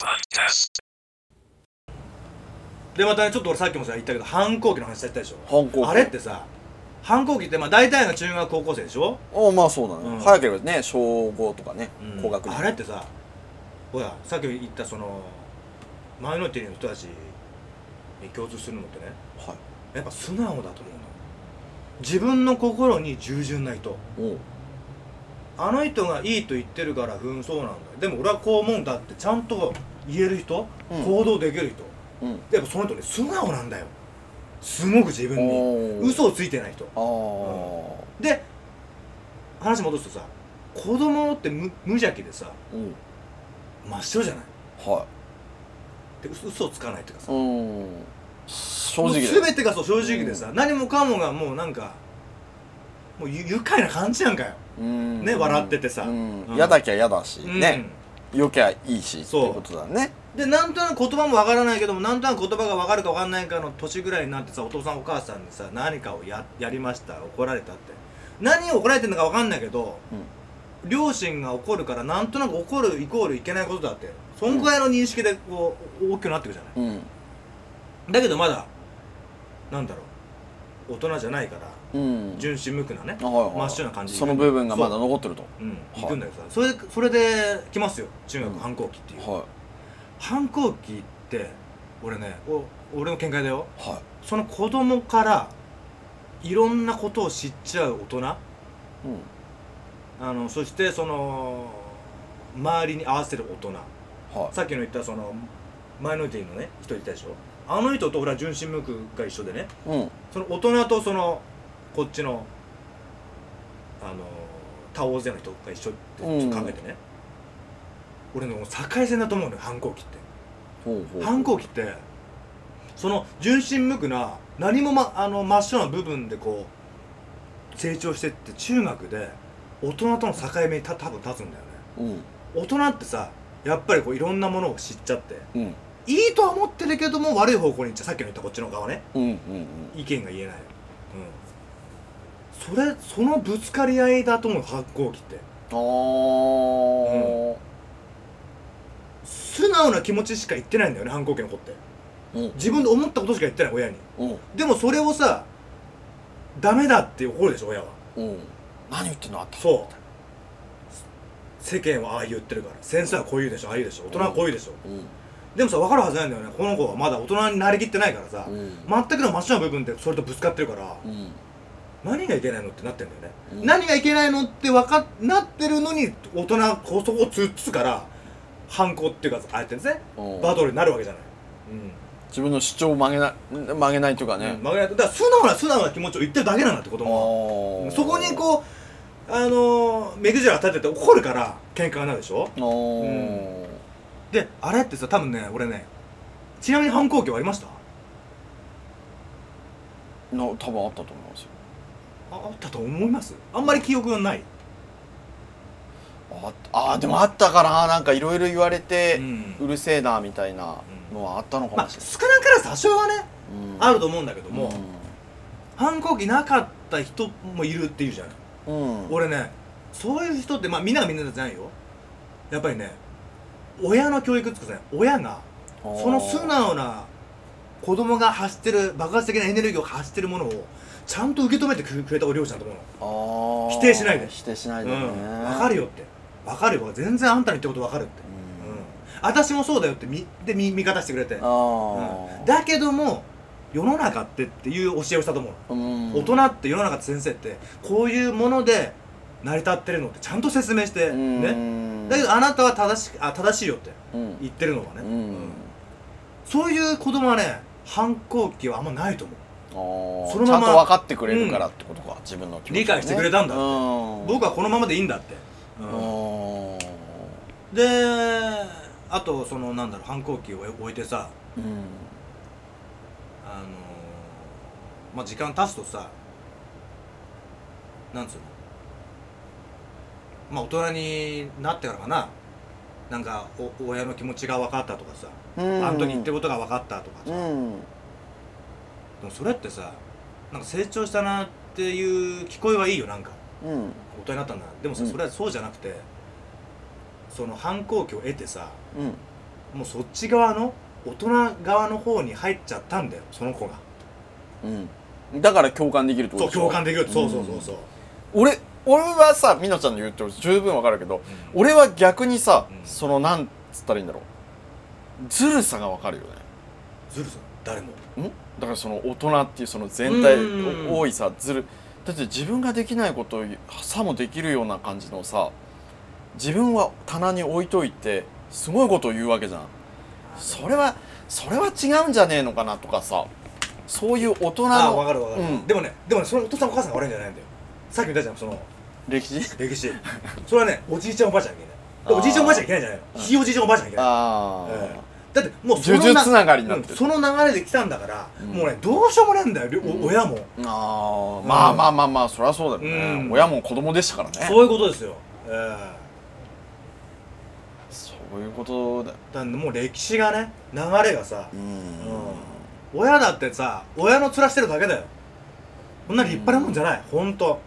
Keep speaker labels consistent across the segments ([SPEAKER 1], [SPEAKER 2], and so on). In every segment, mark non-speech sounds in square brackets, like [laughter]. [SPEAKER 1] Podcast.
[SPEAKER 2] でまたねちょっと俺さっきもさ言ったけど反抗期の話やったでしょ
[SPEAKER 3] 反抗期
[SPEAKER 2] あれってさ反抗期ってまあ大体が中学高校生でしょ、
[SPEAKER 3] おまあそうなの、
[SPEAKER 2] うん
[SPEAKER 3] 早ければね小5とかね、高学年
[SPEAKER 2] あれってさほらさっき言ったそのマイノリティの人たちに共通するのってね
[SPEAKER 3] はい
[SPEAKER 2] やっぱ素直だと思うの自分の心に従順な人
[SPEAKER 3] おう
[SPEAKER 2] あの人がいいと言ってるからうんそうなんだでも俺はこう思うんだってちゃんと言える人、
[SPEAKER 3] うん
[SPEAKER 2] 行動できる人
[SPEAKER 3] うん
[SPEAKER 2] やっぱその人ね素直なんだよすごく自分に
[SPEAKER 3] おう
[SPEAKER 2] 嘘をついてない人
[SPEAKER 3] ああ
[SPEAKER 2] で話戻すとさ子供って無無邪気でさ
[SPEAKER 3] うん
[SPEAKER 2] 真っ白じゃない
[SPEAKER 3] は
[SPEAKER 2] で嘘嘘をつかないっていうか
[SPEAKER 3] い
[SPEAKER 2] さ
[SPEAKER 3] うん正
[SPEAKER 2] もう
[SPEAKER 3] 直だよ
[SPEAKER 2] 全てがそう正直でさ、何もかもがもうなんかもうゆ愉快な感じなんかよ、
[SPEAKER 3] うん
[SPEAKER 2] ね笑っててさ
[SPEAKER 3] うん
[SPEAKER 2] うん
[SPEAKER 3] 嫌だきゃ嫌だし、
[SPEAKER 2] うん
[SPEAKER 3] ね良きゃいいしって
[SPEAKER 2] そう
[SPEAKER 3] ことだね
[SPEAKER 2] でなんとなく言葉もわからないけどもなんとなく言葉がわかるかわかんないかの年ぐらいになってさお父さんお母さんにさ何かをややりました怒られたって何を怒られてるのかわかんないけど、両親が怒るからなんとなく怒るイコールいけないことだってそんくらいの認識でこう大きくなってくじゃない、
[SPEAKER 3] うん
[SPEAKER 2] だけどまだなんだろう大人じゃないから
[SPEAKER 3] うん
[SPEAKER 2] 純真無垢なね、
[SPEAKER 3] あはいはい
[SPEAKER 2] 真っ白な感じ
[SPEAKER 3] その部分がまだ残ってると
[SPEAKER 2] うん
[SPEAKER 3] はい
[SPEAKER 2] 行くんだけどさそれでそれで来ますよ中
[SPEAKER 3] う
[SPEAKER 2] 学
[SPEAKER 3] ん
[SPEAKER 2] 反抗期っていう、
[SPEAKER 3] は
[SPEAKER 2] 反抗期って俺ねお俺の見解だよ
[SPEAKER 3] いは
[SPEAKER 2] その子供からいろんなことを知っちゃう大人あ
[SPEAKER 3] いうん
[SPEAKER 2] のそしてその周りに合わせる大人
[SPEAKER 3] はい
[SPEAKER 2] さっきの言ったそのマイノリティのね人いたでしょあの人と俺は純真無垢が一緒でね
[SPEAKER 3] うん
[SPEAKER 2] その大人とそのこっちのあの他大勢の人が一緒ってちょっと考えてね、俺の境線だと思うのよ反抗期って。
[SPEAKER 3] ほうほう
[SPEAKER 2] 反抗期ってその純真無垢な何も、ま、あの真っ白な部分でこう成長してって中学で大人との境目にた多分立つんだよね
[SPEAKER 3] うん
[SPEAKER 2] 大人ってさやっぱりこういろんなものを知っちゃって
[SPEAKER 3] うん
[SPEAKER 2] いいとは思ってるけども悪い方向に行っちゃうさっきの言ったこっちの側ね
[SPEAKER 3] うんうん
[SPEAKER 2] 意見が言えないうんそれそのぶつかり合いだと思う反抗期って
[SPEAKER 3] うんあ
[SPEAKER 2] 素直な気持ちしか言ってないんだよね反抗期の子って
[SPEAKER 3] あうん
[SPEAKER 2] 自分で思ったことしか言ってない親に
[SPEAKER 3] うん
[SPEAKER 2] でもそれをさダメだって怒るでしょ親は
[SPEAKER 3] うん何言ってんのあった
[SPEAKER 2] そう世間はああ言ってるから先生はこう言うでしょああ言うでしょ大人はこう言うでしょ、
[SPEAKER 3] うん
[SPEAKER 2] でもさ分かるはずないんだよねこの子はまだ大人になりきってないからさ、
[SPEAKER 3] うん
[SPEAKER 2] 全くの真っ白な部分でそれとぶつかってるから、
[SPEAKER 3] うん
[SPEAKER 2] 何がいけないのってなってんだよね、
[SPEAKER 3] うん
[SPEAKER 2] 何がいけないのってわかなってるのに大人こそこを突っつから反抗っていうかあえてですね、
[SPEAKER 3] うん
[SPEAKER 2] バトルになるわけじゃない、うん
[SPEAKER 3] 自分の主張を曲げないん曲げないというかね、
[SPEAKER 2] うん曲げないとだから素直な素直な気持ちを言ってるだけなんだって子供は
[SPEAKER 3] あ
[SPEAKER 2] そこにこうあのー目くじら立てて怒るから喧嘩になるでしょ
[SPEAKER 3] うあー
[SPEAKER 2] であれってさ多分ね俺ねちなみに反抗期はありました
[SPEAKER 3] な多分あったと思いますよ
[SPEAKER 2] ああったと思いますあんまり記憶がない、
[SPEAKER 3] ああーでもあったかななんかいろいろ言われて、
[SPEAKER 2] う
[SPEAKER 3] うんるせえなみたいなのはあったのか
[SPEAKER 2] まあ
[SPEAKER 3] もしれ
[SPEAKER 2] 少なからず多少はね
[SPEAKER 3] ない、うん
[SPEAKER 2] あると思うんだけども、
[SPEAKER 3] う
[SPEAKER 2] 反抗期なかった人もいるっていうじゃない
[SPEAKER 3] ん、うん、
[SPEAKER 2] 俺ねそういう人ってまあみんながみんなじゃないよやっぱりね親の教育っていうかね親がその素直な子供が発してる爆発的なエネルギーを発してるものをちゃんと受け止めてくれたお両親だと思うの否
[SPEAKER 3] 否
[SPEAKER 2] 定しないで
[SPEAKER 3] 否定しないでね、
[SPEAKER 2] うん、分かる
[SPEAKER 3] よ、
[SPEAKER 2] よって分かるよ全然あんたの言ってること分かるって、うん私もそうだよってみでみ味方してくれて、
[SPEAKER 3] あ
[SPEAKER 2] うん
[SPEAKER 3] あ、
[SPEAKER 2] だけども世の中ってっていう教えをしたと思うの、
[SPEAKER 3] うん
[SPEAKER 2] 大人って世の中って先生ってこういうもので成り立ってるのってちゃんと説明して、
[SPEAKER 3] うん
[SPEAKER 2] ねだけどあなたは正しあ正しいよって
[SPEAKER 3] うん
[SPEAKER 2] 言ってるのがね、
[SPEAKER 3] う
[SPEAKER 2] うん
[SPEAKER 3] ん
[SPEAKER 2] そういう子供はね反抗期はあんまないと思う
[SPEAKER 3] あー
[SPEAKER 2] そのまま
[SPEAKER 3] ちゃんと分かってくれるからってことか、自分の気持ちをね
[SPEAKER 2] 理解してくれたんだって
[SPEAKER 3] うん
[SPEAKER 2] 僕はこのままでいいんだって、うん
[SPEAKER 3] うん
[SPEAKER 2] であとそのなんだろう反抗期を置いてさ
[SPEAKER 3] うん
[SPEAKER 2] あのーまあ時間経つとさなんつうのまあ大人になってからかななんかお親の気持ちが分かったとかさ、
[SPEAKER 3] うん
[SPEAKER 2] あの時言ってることが分かったとかさ、
[SPEAKER 3] う
[SPEAKER 2] で
[SPEAKER 3] ん
[SPEAKER 2] もそれってさなんか成長したなっていう聞こえはいいよなんか
[SPEAKER 3] うん
[SPEAKER 2] 大人になったんだなでもさ、
[SPEAKER 3] うん
[SPEAKER 2] それはそうじゃなくてその反抗期を得てさ
[SPEAKER 3] うん
[SPEAKER 2] もうそっち側の大人側の方に入っちゃったんだよその子が
[SPEAKER 3] うんだから共感できるってこ
[SPEAKER 2] そう
[SPEAKER 3] とでしょ
[SPEAKER 2] 共感できるそうそうそうそう、
[SPEAKER 3] 俺俺はさみのちゃんの言うと十分わかるけど俺は逆にさ、
[SPEAKER 2] うん
[SPEAKER 3] そのなんつったらいいんだろうずるさがわかるよね
[SPEAKER 2] ずるさん誰も
[SPEAKER 3] んだからその大人っていうその全体
[SPEAKER 2] うん
[SPEAKER 3] 多いさずるだって自分ができないことをさもできるような感じのさ自分は棚に置いといてすごいことを言うわけじゃんそれはそれは違うんじゃねえのかなとかさそういう大人
[SPEAKER 2] ああ分
[SPEAKER 3] の
[SPEAKER 2] かる分かる、
[SPEAKER 3] うん
[SPEAKER 2] でもねでもねそのお父さんお母さんが悪いんじゃないんだよさっき見たじゃんその
[SPEAKER 3] 歴史
[SPEAKER 2] 歴史それはねおじいちゃんおばあちゃんがいけ
[SPEAKER 3] あー
[SPEAKER 2] ないおじいちゃんおばあちゃんがいけないじゃない
[SPEAKER 3] うん
[SPEAKER 2] のひいおじいちゃんおばあちゃんがいけない
[SPEAKER 3] あ
[SPEAKER 2] え
[SPEAKER 3] あ
[SPEAKER 2] えだってもうその
[SPEAKER 3] 呪術つながりになってる
[SPEAKER 2] うんその流れで来たんだから、
[SPEAKER 3] うん
[SPEAKER 2] もうねどうしようもないんだよりょ、お
[SPEAKER 3] うん
[SPEAKER 2] 親も
[SPEAKER 3] あーまあまあまあまあそりゃそうだよね、
[SPEAKER 2] うん
[SPEAKER 3] 親も子供でしたからね
[SPEAKER 2] そういうことですよ、ええ
[SPEAKER 3] そういうことだよ
[SPEAKER 2] だからもう歴史がね流れがさ、
[SPEAKER 3] うん
[SPEAKER 2] 親だってさ親の面してるだけだよこんな立派なもんじゃない、ほんと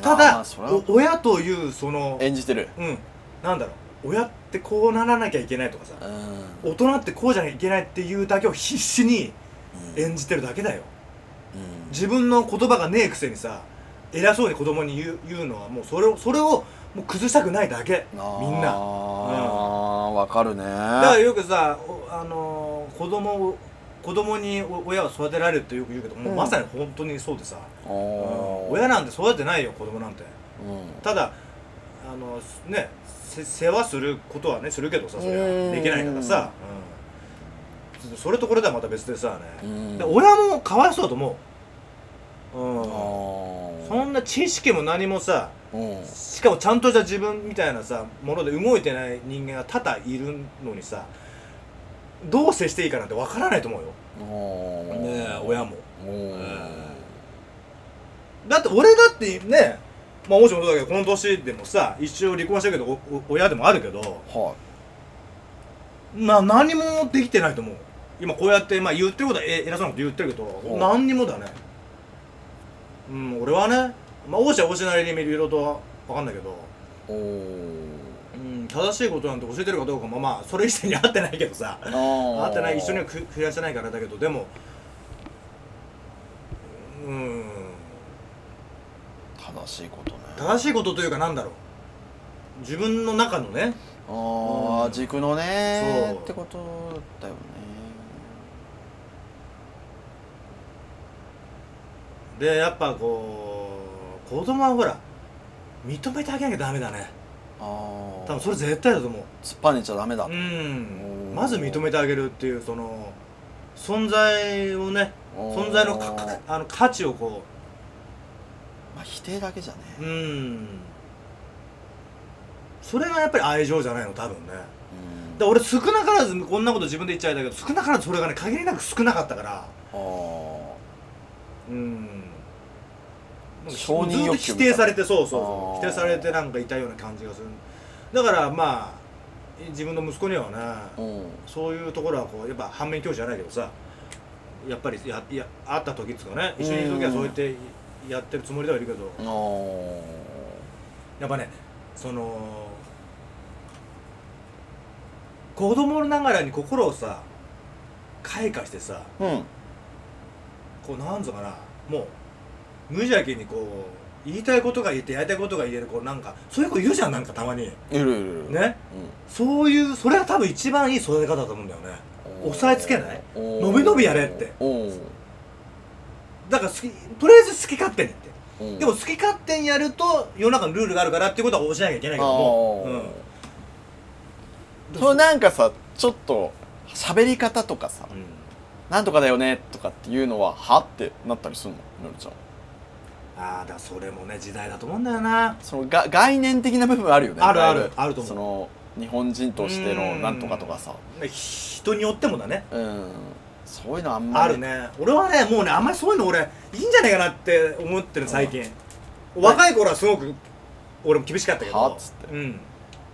[SPEAKER 2] た
[SPEAKER 3] ま
[SPEAKER 2] だ
[SPEAKER 3] あそれは
[SPEAKER 2] お親というその
[SPEAKER 3] 演じてる
[SPEAKER 2] うんなんだろう親ってこうならなきゃいけないとかさ
[SPEAKER 3] う
[SPEAKER 2] 大人ってこうじゃなきゃいけないっていうだけを必死に
[SPEAKER 3] ん
[SPEAKER 2] 演じてるだけだよ
[SPEAKER 3] うん
[SPEAKER 2] 自分の言葉がねえくせにさ偉そうに子供に言う言うのはもうそれをそれをもう崩したくないだけみんな
[SPEAKER 3] あーわかるね
[SPEAKER 2] だからよくさ、おあのー子供を子供にお親は育てられるってよく言うけど、もう
[SPEAKER 3] うん
[SPEAKER 2] まさに本当にそうでさ、うん
[SPEAKER 3] おー
[SPEAKER 2] 親なんて育ててないよ子供なんて
[SPEAKER 3] うん
[SPEAKER 2] ただあのねせ世話することはねするけどさそれ
[SPEAKER 3] う
[SPEAKER 2] は
[SPEAKER 3] ん
[SPEAKER 2] できないからさ、うんそれとこれではまた別でさ
[SPEAKER 3] う
[SPEAKER 2] ね、
[SPEAKER 3] ん
[SPEAKER 2] で親もかわいそうだと思う、うん
[SPEAKER 3] あー
[SPEAKER 2] そんな知識も何もさ
[SPEAKER 3] うん
[SPEAKER 2] しかもちゃんとした自分みたいなさもので動いてない人間が多々いるのにさどう接していいかなんてわからないと思うよ、
[SPEAKER 3] おー
[SPEAKER 2] ねえ、親も
[SPEAKER 3] おー
[SPEAKER 2] だって俺だってねまあもちろんそうだけどこの年でもさ一応離婚したけどおお親でもあるけど
[SPEAKER 3] は
[SPEAKER 2] まあ何もできてないと思う今こうやってまあ言ってることはえ偉そうなこと言ってるけど
[SPEAKER 3] ん
[SPEAKER 2] 何にもだねうん俺はねまあ王子は王子なりにいろいろと分かんないけど
[SPEAKER 3] いおー
[SPEAKER 2] [laughs] うん正しいことなんて教えてるかどうかもまあそれ以前に合ってないけどさ
[SPEAKER 3] あ
[SPEAKER 2] 合
[SPEAKER 3] ー
[SPEAKER 2] ってない一緒にはく暮らしてないからだけどでもうん
[SPEAKER 3] 正しいことね
[SPEAKER 2] 正しいことというかなんだろう自分の中のね
[SPEAKER 3] あ
[SPEAKER 2] う
[SPEAKER 3] あ
[SPEAKER 2] ん
[SPEAKER 3] 軸のね
[SPEAKER 2] そう
[SPEAKER 3] ってことだよね
[SPEAKER 2] でやっぱこう子供はほら認めてあげなきゃダメだね
[SPEAKER 3] ああ
[SPEAKER 2] 多分それ絶対だと思う
[SPEAKER 3] 突っぱねちゃダメだ
[SPEAKER 2] うん
[SPEAKER 3] おー
[SPEAKER 2] まず認めてあげるっていうその存在をね
[SPEAKER 3] おー
[SPEAKER 2] 存在のかかあの価値をこ
[SPEAKER 3] まあ否定だけじゃね
[SPEAKER 2] ううんそれがやっぱり愛情じゃないの多分ね
[SPEAKER 3] うん
[SPEAKER 2] で俺少なからずこんなこと自分で言っちゃいだけど少なからずそれがね限りなく少なかったから
[SPEAKER 3] あー
[SPEAKER 2] うん
[SPEAKER 3] 承認欲
[SPEAKER 2] ずっと否
[SPEAKER 3] 求みたいな
[SPEAKER 2] 定されてそうそうそう
[SPEAKER 3] あー
[SPEAKER 2] 否定されてなんかいたような感じがするだからまあ自分の息子にはね
[SPEAKER 3] うん
[SPEAKER 2] そういうところはこうやっぱ反面教師じゃないけどさやっぱりやいや会った時っつうかね一緒にいる時はそうやってやってるつもりではいるけど
[SPEAKER 3] あー
[SPEAKER 2] やっぱねその子供ながらに心をさ開花してさ
[SPEAKER 3] うん
[SPEAKER 2] こうなんぞかなもう無邪気にこう言いたいことが言ってやりたいことが言えるこうなんかそういう子いるじゃんなんかたまに
[SPEAKER 3] いるいるいる
[SPEAKER 2] ねそういうそれが多分一番いい育て方だと思うんだよね
[SPEAKER 3] うん
[SPEAKER 2] 押さえつけない
[SPEAKER 3] おー
[SPEAKER 2] のびのびやれって
[SPEAKER 3] おー
[SPEAKER 2] だから好きとりあえず好き勝手にって
[SPEAKER 3] うん
[SPEAKER 2] でも好き勝手にやると世の中のルールがあるからっていうことは教えなきゃいけないけども
[SPEAKER 3] あー
[SPEAKER 2] うん
[SPEAKER 3] そうなんかさちょっと喋り方とかさ
[SPEAKER 2] うん
[SPEAKER 3] 「なんとかだよね」とかっていうのははってなったりするのみのりちゃん
[SPEAKER 2] ああだからそれもね時代だと思うんだよな
[SPEAKER 3] そのが概念的な部分あるよね
[SPEAKER 2] あるある
[SPEAKER 3] だいぶ
[SPEAKER 2] あると思う
[SPEAKER 3] その日本人としての
[SPEAKER 2] うん
[SPEAKER 3] なんとかとかさ、
[SPEAKER 2] ね人によってもだね
[SPEAKER 3] うん、そういうのあんま
[SPEAKER 2] あ
[SPEAKER 3] り
[SPEAKER 2] るね俺はねもうねあんまりそういうの俺いいんじゃないかなって思ってる最近若い頃はすごく俺も厳しかったけど
[SPEAKER 3] はっつって
[SPEAKER 2] うん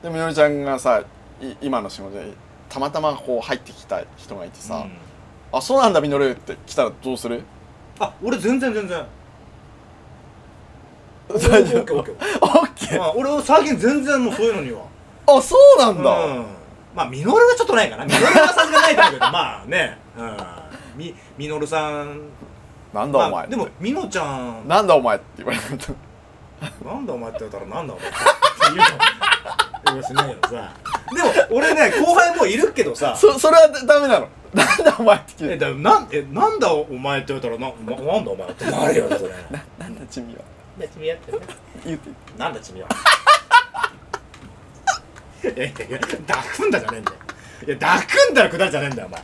[SPEAKER 3] でみのりちゃんがさい今の仕事でたまたまこう入ってきた人がいてさ「
[SPEAKER 2] うん
[SPEAKER 3] あそうなんだみのり」って来たらどう
[SPEAKER 2] [laughs]
[SPEAKER 3] する
[SPEAKER 2] あ俺全然全
[SPEAKER 3] [laughs]
[SPEAKER 2] 然オッ
[SPEAKER 3] 大
[SPEAKER 2] ケ
[SPEAKER 3] 丈
[SPEAKER 2] ー
[SPEAKER 3] 夫
[SPEAKER 2] オッケー
[SPEAKER 3] オッケー
[SPEAKER 2] まあ俺は最近全然もうそういうのには
[SPEAKER 3] あそうなんだ、
[SPEAKER 2] うんまあミノルはちょっとないかなミノルはさすがないと思うけどまあねうんみミノルさん
[SPEAKER 3] なんだお前、
[SPEAKER 2] まあでもミノちゃん
[SPEAKER 3] なんだお前って言われると
[SPEAKER 2] なんだお前って言われたらなんだお前って言うの言うかもしれないけどさでも俺ね後輩もいるけどさ
[SPEAKER 3] [laughs] そそれはダメなの [laughs] なんだお前って聞
[SPEAKER 2] え
[SPEAKER 3] いて
[SPEAKER 2] だなんえなんだお前って言われたらなななんだお前ってなるよねそれ
[SPEAKER 3] なんだチミは
[SPEAKER 2] なんだ君やってね
[SPEAKER 3] 言って
[SPEAKER 2] なんだ君は [laughs] いやいやいや抱くんだじゃねえんだよいや抱くんだらくだじゃねえんだよお前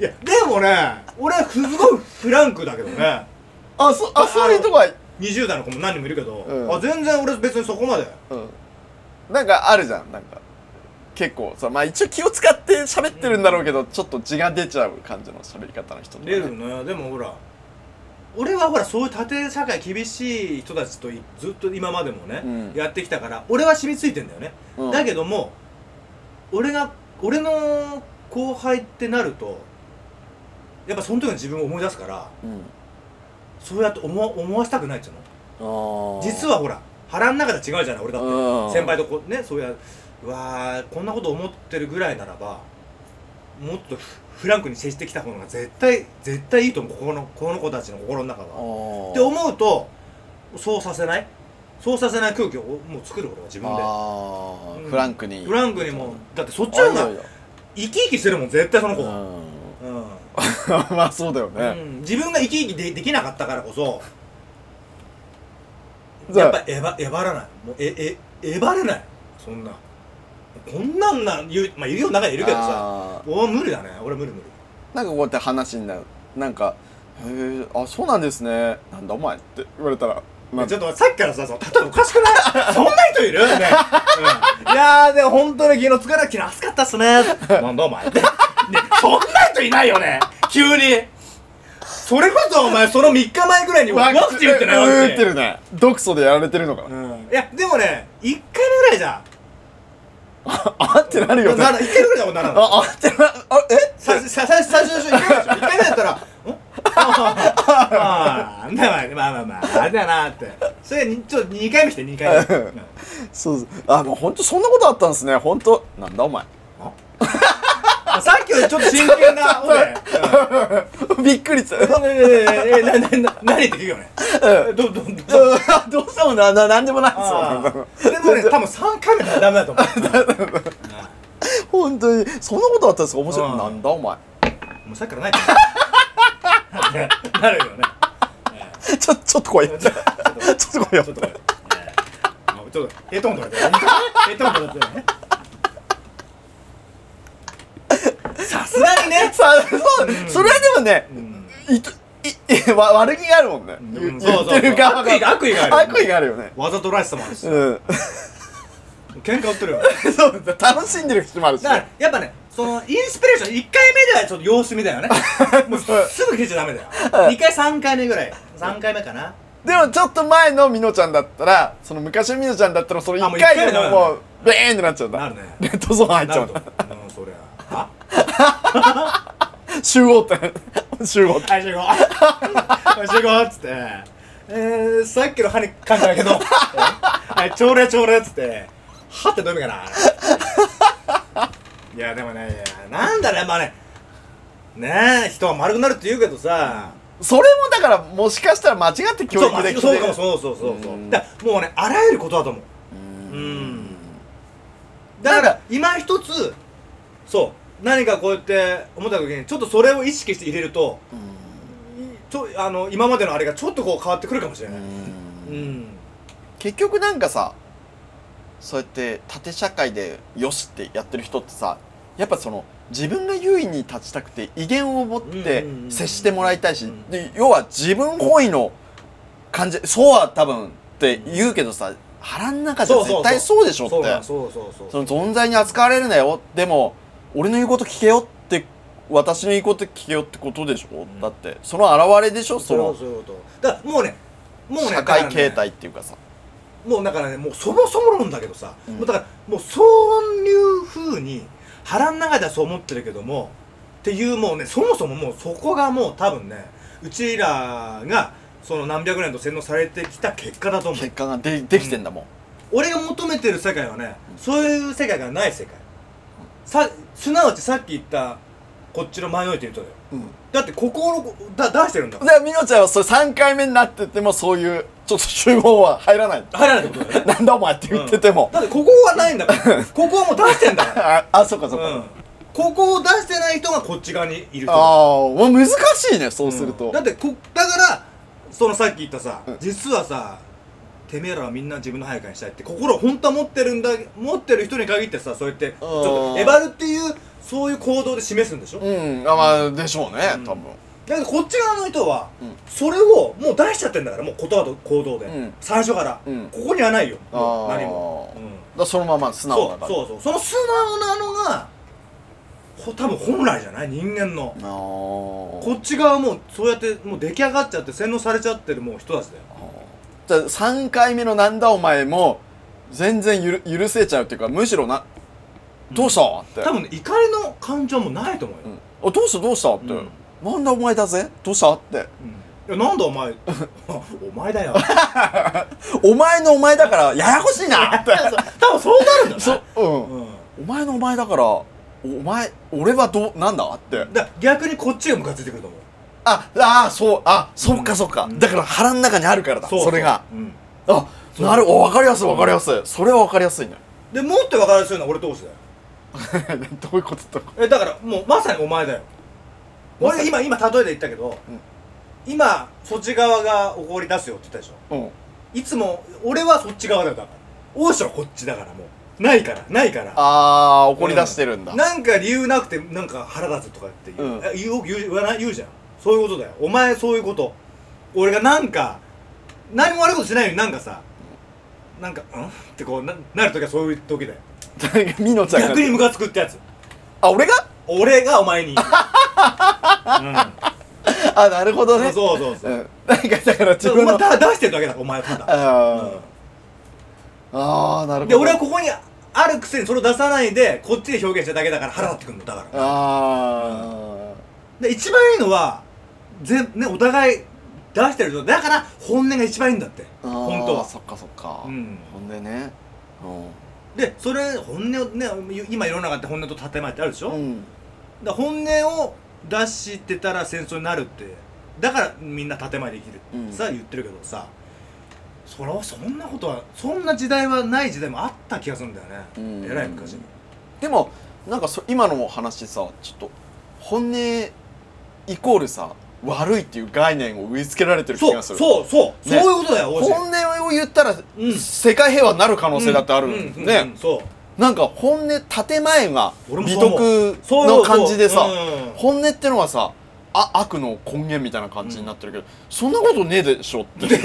[SPEAKER 2] いやでもね俺すごいフランクだけどね
[SPEAKER 3] あそあそういうとこは
[SPEAKER 2] 20代の子も何人もいるけど、
[SPEAKER 3] うん
[SPEAKER 2] あ全然俺別にそこまで
[SPEAKER 3] うんなんかあるじゃんなんか結構さまあ一応気を使って喋ってるんだろうけど、ちょっと血が出ちゃう感じの喋り方の人とかね
[SPEAKER 2] 出るねでもほら俺はほらそういう縦社会厳しい人たちといずっと今までもね、
[SPEAKER 3] うん
[SPEAKER 2] やってきたから俺は染みついてんだよね、
[SPEAKER 3] うん
[SPEAKER 2] だけども俺が俺の後輩ってなるとやっぱその時の自分を思い出すから
[SPEAKER 3] うん
[SPEAKER 2] そうやって思わ思わせたくないっちゃうの実
[SPEAKER 3] は
[SPEAKER 2] はほら腹の中で違うじゃない俺だって
[SPEAKER 3] うん
[SPEAKER 2] 先輩とこうねそうやうわーこんなこと思ってるぐらいならばもっとフフランクに接してきた方が絶対絶対いいと思うここのこの子たちの心の中はって
[SPEAKER 3] 思
[SPEAKER 2] 思うとそうさせないそうさせない空気をもう作る俺は自分で
[SPEAKER 3] あー
[SPEAKER 2] うん
[SPEAKER 3] フランクに
[SPEAKER 2] フランクにもだってそっちの方が
[SPEAKER 3] あいやいや
[SPEAKER 2] 生き生きしてるもん絶対その子は
[SPEAKER 3] う
[SPEAKER 2] うん、
[SPEAKER 3] ん [laughs] まあそうだよ
[SPEAKER 2] う
[SPEAKER 3] ね、
[SPEAKER 2] ん、自分が生き生きでできなかったからこそ
[SPEAKER 3] じゃ
[SPEAKER 2] や
[SPEAKER 3] あ
[SPEAKER 2] っぱえばえばらないもうえええばれないそんなこんなんなん言うまあいるよ中にいるけどさ
[SPEAKER 3] あー
[SPEAKER 2] お無理だね俺無理無理
[SPEAKER 3] なんかこうやって話になるなんか「へえあそうなんですねなんだお前」って言われたらなん
[SPEAKER 2] ちょっと待ってさっきからさその例えおかしくない [laughs] そんな人いる、ねうんいやーでも本当に昨日疲れた昨日暑かったっすねなんだお前ねそんな人いないよね急にそれこそお前その3日前ぐらいにワクチン打ってない
[SPEAKER 3] わ
[SPEAKER 2] わ
[SPEAKER 3] 打
[SPEAKER 2] け
[SPEAKER 3] ってるね毒素でやられてるのかな、
[SPEAKER 2] うんいやでもね1回目ぐらいじゃん
[SPEAKER 3] あってなるよね
[SPEAKER 2] 1回目ぐらいだもんならない
[SPEAKER 3] あ、あってな、あ、え
[SPEAKER 2] さささ最初の1回目でしょ1回目だったら [laughs] 「んあーあーなんだよまあまあまあまああれだよな」ってそれにちょっと2回目して2回目、うん
[SPEAKER 3] そうそうあ、もう本当そんなことあったんですね。本当なんだお前。 [laughs]
[SPEAKER 2] あ [laughs] さっきよりちょっと真剣 [laughs] な方ね。
[SPEAKER 3] びっくりした。うん
[SPEAKER 2] うんええええななな何って聞くよね。えどどどど
[SPEAKER 3] [laughs] どうしたもんな、な、なんでもない
[SPEAKER 2] あ
[SPEAKER 3] そう。
[SPEAKER 2] ーでも [laughs] ね多分三回目ならダメだと [laughs] 思う。
[SPEAKER 3] [laughs] 本当に、そんなことあったんですか面白
[SPEAKER 2] う
[SPEAKER 3] い。
[SPEAKER 2] ん
[SPEAKER 3] なんだお前。
[SPEAKER 2] もうさっきからないからね。 [laughs] なるよね。
[SPEAKER 3] ちょ、ちょっと来い。 [laughs] ち
[SPEAKER 2] ちょ
[SPEAKER 3] ょっ
[SPEAKER 2] っとちょっ
[SPEAKER 3] と来いよ
[SPEAKER 2] と。これ。ええあちょっとヘッドホン取れてる。ヘッドホン取れてるね。さ [laughs] すがにね。
[SPEAKER 3] さあ、そう、それはでもね
[SPEAKER 2] う、ん
[SPEAKER 3] いと、い、 [laughs] い、わ、悪気があるもんね。
[SPEAKER 2] うん
[SPEAKER 3] 言
[SPEAKER 2] そうそう
[SPEAKER 3] 言ってる側
[SPEAKER 2] 悪意が悪意がある
[SPEAKER 3] 悪意があるよね。
[SPEAKER 2] わざとらしさもあるし
[SPEAKER 3] う、ん。
[SPEAKER 2] 喧嘩売ってるよ。
[SPEAKER 3] そうだ、楽しん [laughs] でる人もあるし
[SPEAKER 2] だ。からやっぱねそのインスピレーション1回目ではちょっと様子見だよ [laughs] ねもう
[SPEAKER 3] そう
[SPEAKER 2] すぐ消えちゃダメだよ
[SPEAKER 3] うん
[SPEAKER 2] 2回3回目ぐらい3回目かな
[SPEAKER 3] でもちょっと前のみのちゃんだったら、その昔のみのちゃんだったら、その
[SPEAKER 2] あもう
[SPEAKER 3] 一
[SPEAKER 2] 一回
[SPEAKER 3] 回で
[SPEAKER 2] で
[SPEAKER 3] も
[SPEAKER 2] も
[SPEAKER 3] もう、ベーンってなっちゃうんだ。
[SPEAKER 2] なるね
[SPEAKER 3] レッドゾーン入っち
[SPEAKER 2] な
[SPEAKER 3] ゃ
[SPEAKER 2] る
[SPEAKER 3] うん
[SPEAKER 2] と
[SPEAKER 3] だ。
[SPEAKER 2] うんそりゃあ
[SPEAKER 3] 集合って。 [laughs] 集合って。
[SPEAKER 2] はい集合はい集合っつってえー、さっきの歯に噛んだ
[SPEAKER 3] [laughs]
[SPEAKER 2] けどはい朝礼朝礼っつって歯ってどういう意味か
[SPEAKER 3] [laughs]
[SPEAKER 2] ないやでもねいやなんだねまあねねえ人は丸くなるって言うけどさ、
[SPEAKER 3] それもだから、もしかしたら間違って教育できて
[SPEAKER 2] そうそうかもそうそうそうそううんだからもうねあらゆることだと思う
[SPEAKER 3] う
[SPEAKER 2] うんんだから今一つそう何かこうやって思った時にちょっとそれを意識して入れるとちょあの今までのあれがちょっとこう変わってくるかもしれ
[SPEAKER 3] う
[SPEAKER 2] ないうん、
[SPEAKER 3] ん結局なんかさ、そうやって縦社会でよしってやってる人ってさ、やっぱその自分が優位に立ちたくて威厳を持って
[SPEAKER 2] うんうんうん
[SPEAKER 3] 接してもらいたいし、
[SPEAKER 2] うん
[SPEAKER 3] で要は自分本位の感じ、そうは多分って言うけどさ、腹の中じゃ絶対そうでしょって
[SPEAKER 2] そうだそうそうそう
[SPEAKER 3] その存在に扱われるなよでも俺の言うこと聞けよって私の言うこと聞けよってことでしょ、
[SPEAKER 2] ん
[SPEAKER 3] だってその表れでしょそ
[SPEAKER 2] それは
[SPEAKER 3] の
[SPEAKER 2] そういうことだからもうねもうね
[SPEAKER 3] 社会
[SPEAKER 2] だ
[SPEAKER 3] 形
[SPEAKER 2] からね
[SPEAKER 3] 態っていうかさ
[SPEAKER 2] もうだからねもうそもそも論だけどさ、
[SPEAKER 3] うん
[SPEAKER 2] もうだからもうそういうふうに腹の中ではそう思ってるけどもっていうもうねそもそももうそこがもう多分ねうちらがその何百年と洗脳されてきた結果だと思う
[SPEAKER 3] 結果がでできてんだもん、
[SPEAKER 2] 俺が求めてる世界はねそういう世界がない世界さすなわちさっき言ったこっちのマイノリティの人だよ
[SPEAKER 3] うん
[SPEAKER 2] だって心をだ出してるん
[SPEAKER 3] [laughs]
[SPEAKER 2] だから
[SPEAKER 3] でみのちゃんはそれ3回目になっててもそういうちょっと集合は入
[SPEAKER 2] [laughs]
[SPEAKER 3] らない
[SPEAKER 2] 入らないってことだよね
[SPEAKER 3] なんだお前って言ってても、
[SPEAKER 2] だってここはないんだ
[SPEAKER 3] [laughs]
[SPEAKER 2] からここはもう出してんだから
[SPEAKER 3] ああそっかそっか、
[SPEAKER 2] うん、ここを出してない人がこっち側にいる人
[SPEAKER 3] ああもう難しいねそうすると、
[SPEAKER 2] んだってこだからそのさっき言ったさ、
[SPEAKER 3] うん
[SPEAKER 2] 実はさてめえらはみんな自分の配下にしたいって心を本当は持ってるんだ持ってる人に限ってさそうやってちょっとエバるっていうそういう行動で示すんでしょ、
[SPEAKER 3] うんあまあでしょうね、
[SPEAKER 2] うん
[SPEAKER 3] 多分
[SPEAKER 2] だけどこっち側の人は、
[SPEAKER 3] うん
[SPEAKER 2] それをもう出しちゃってんだからもう言葉と行動で、
[SPEAKER 3] うん
[SPEAKER 2] 最初から、
[SPEAKER 3] うん
[SPEAKER 2] ここにはないよもう
[SPEAKER 3] あー
[SPEAKER 2] 何も、うん
[SPEAKER 3] だからそのまま素直
[SPEAKER 2] そ
[SPEAKER 3] な
[SPEAKER 2] う
[SPEAKER 3] 感じ
[SPEAKER 2] そうそうその素直なのがほ多分本来じゃない人間の
[SPEAKER 3] あー
[SPEAKER 2] こっち側もうそうやってもう出来上がっちゃって洗脳されちゃってるもう人たちだよ
[SPEAKER 3] じゃあ3回目の「なんだお前」も全然ゆる許せちゃうっていうかむしろな「どうした?」って、
[SPEAKER 2] 多分ね怒りの感情もないと思う
[SPEAKER 3] う
[SPEAKER 2] よ、
[SPEAKER 3] んあどうしたどうした?」っ
[SPEAKER 2] う
[SPEAKER 3] て、
[SPEAKER 2] ん
[SPEAKER 3] なんだお前だぜどうした?」って
[SPEAKER 2] うんいやなんだお前 [laughs] お前だよ
[SPEAKER 3] 「お前のお前だからややこしいな!」
[SPEAKER 2] [laughs]
[SPEAKER 3] って
[SPEAKER 2] 多分そうなるんだよ
[SPEAKER 3] そ、うん
[SPEAKER 2] うん
[SPEAKER 3] お前のお前だからお前俺はどうなんだ?」って
[SPEAKER 2] だから逆にこっちがムカついてくると思う
[SPEAKER 3] ああーそうあそっかそっか、
[SPEAKER 2] うん
[SPEAKER 3] だから腹の中にあるからだそう
[SPEAKER 2] う
[SPEAKER 3] れが、
[SPEAKER 2] うん
[SPEAKER 3] あ
[SPEAKER 2] そう
[SPEAKER 3] なるお分かりやすい分かりやすいそれは分かりやす
[SPEAKER 2] [laughs]
[SPEAKER 3] いね
[SPEAKER 2] でもっと分かりやすいのは俺同士だよ
[SPEAKER 3] どういうこととか
[SPEAKER 2] えだからもうまさにお前だよ
[SPEAKER 3] まさ
[SPEAKER 2] 俺
[SPEAKER 3] に
[SPEAKER 2] 今今例えで言ったけど、今そっち側が怒り出すよって言ったでしょ
[SPEAKER 3] うん
[SPEAKER 2] いつも俺はそっち側だよだから王将はこっちだからもうないからないから
[SPEAKER 3] ああ怒り出してるんだ、
[SPEAKER 2] なんか理由なくてなんか腹立つとかっていう、
[SPEAKER 3] うん
[SPEAKER 2] え言う言う言わない言うじゃんそういうことだよお前そういうこと俺がなんか何も悪いことしないのになんかさなんか「ん?」ってこうななる時はそういう時だよ
[SPEAKER 3] 誰がみのちゃんが
[SPEAKER 2] 逆にムカつくってやつ
[SPEAKER 3] あ俺が
[SPEAKER 2] 俺がお前
[SPEAKER 3] [laughs]
[SPEAKER 2] に、うん、
[SPEAKER 3] あなるほど
[SPEAKER 2] そ
[SPEAKER 3] ね
[SPEAKER 2] うそうそう
[SPEAKER 3] うん、なんかだから自
[SPEAKER 2] そうお
[SPEAKER 3] 分
[SPEAKER 2] 前
[SPEAKER 3] の
[SPEAKER 2] ただ出してるだけだお前はただ、
[SPEAKER 3] あ
[SPEAKER 2] う
[SPEAKER 3] ーあーなる
[SPEAKER 2] ん
[SPEAKER 3] ほど
[SPEAKER 2] で俺はここにあるくせにそれを出さないでこっちで表現しただけだから腹立ってくるのだから
[SPEAKER 3] あ
[SPEAKER 2] で一番いいのは全、ね、お互い出してるとだから本音が一番いいんだって
[SPEAKER 3] ーあー
[SPEAKER 2] 本当は
[SPEAKER 3] そっかそっか、
[SPEAKER 2] うん
[SPEAKER 3] ほんでねうん
[SPEAKER 2] でそれ本音をね今世の中って本音と建前ってあるでしょ、だか
[SPEAKER 3] うん
[SPEAKER 2] ら本音を出してたら戦争になるってだからみんな建前で生きる
[SPEAKER 3] う
[SPEAKER 2] っ
[SPEAKER 3] ん
[SPEAKER 2] てさ、言ってるけどさそれはそんなことはそんな時代はない時代もあった気がするんだよね、
[SPEAKER 3] うん
[SPEAKER 2] えらい昔に
[SPEAKER 3] でもなんかそ今のお話さちょっと本音イコールさ悪いっていう概念を植え付けられてる気
[SPEAKER 2] そ
[SPEAKER 3] が
[SPEAKER 2] う
[SPEAKER 3] す
[SPEAKER 2] そ
[SPEAKER 3] る
[SPEAKER 2] うそうそう、
[SPEAKER 3] ね
[SPEAKER 2] いうことだよ王子
[SPEAKER 3] 本音を言ったら、
[SPEAKER 2] うん
[SPEAKER 3] 世界平和になる可能性だってある、
[SPEAKER 2] うんうん
[SPEAKER 3] ね、
[SPEAKER 2] うんうんそう
[SPEAKER 3] なんか本音建前が
[SPEAKER 2] 俺も
[SPEAKER 3] 美
[SPEAKER 2] そう思
[SPEAKER 3] 徳
[SPEAKER 2] そう
[SPEAKER 3] の感じでさ、
[SPEAKER 2] うん
[SPEAKER 3] 本音ってのはさあ悪の根源みたいな感じになってるけど、そんなことねえでしょって
[SPEAKER 2] [laughs]
[SPEAKER 3] ね
[SPEAKER 2] ね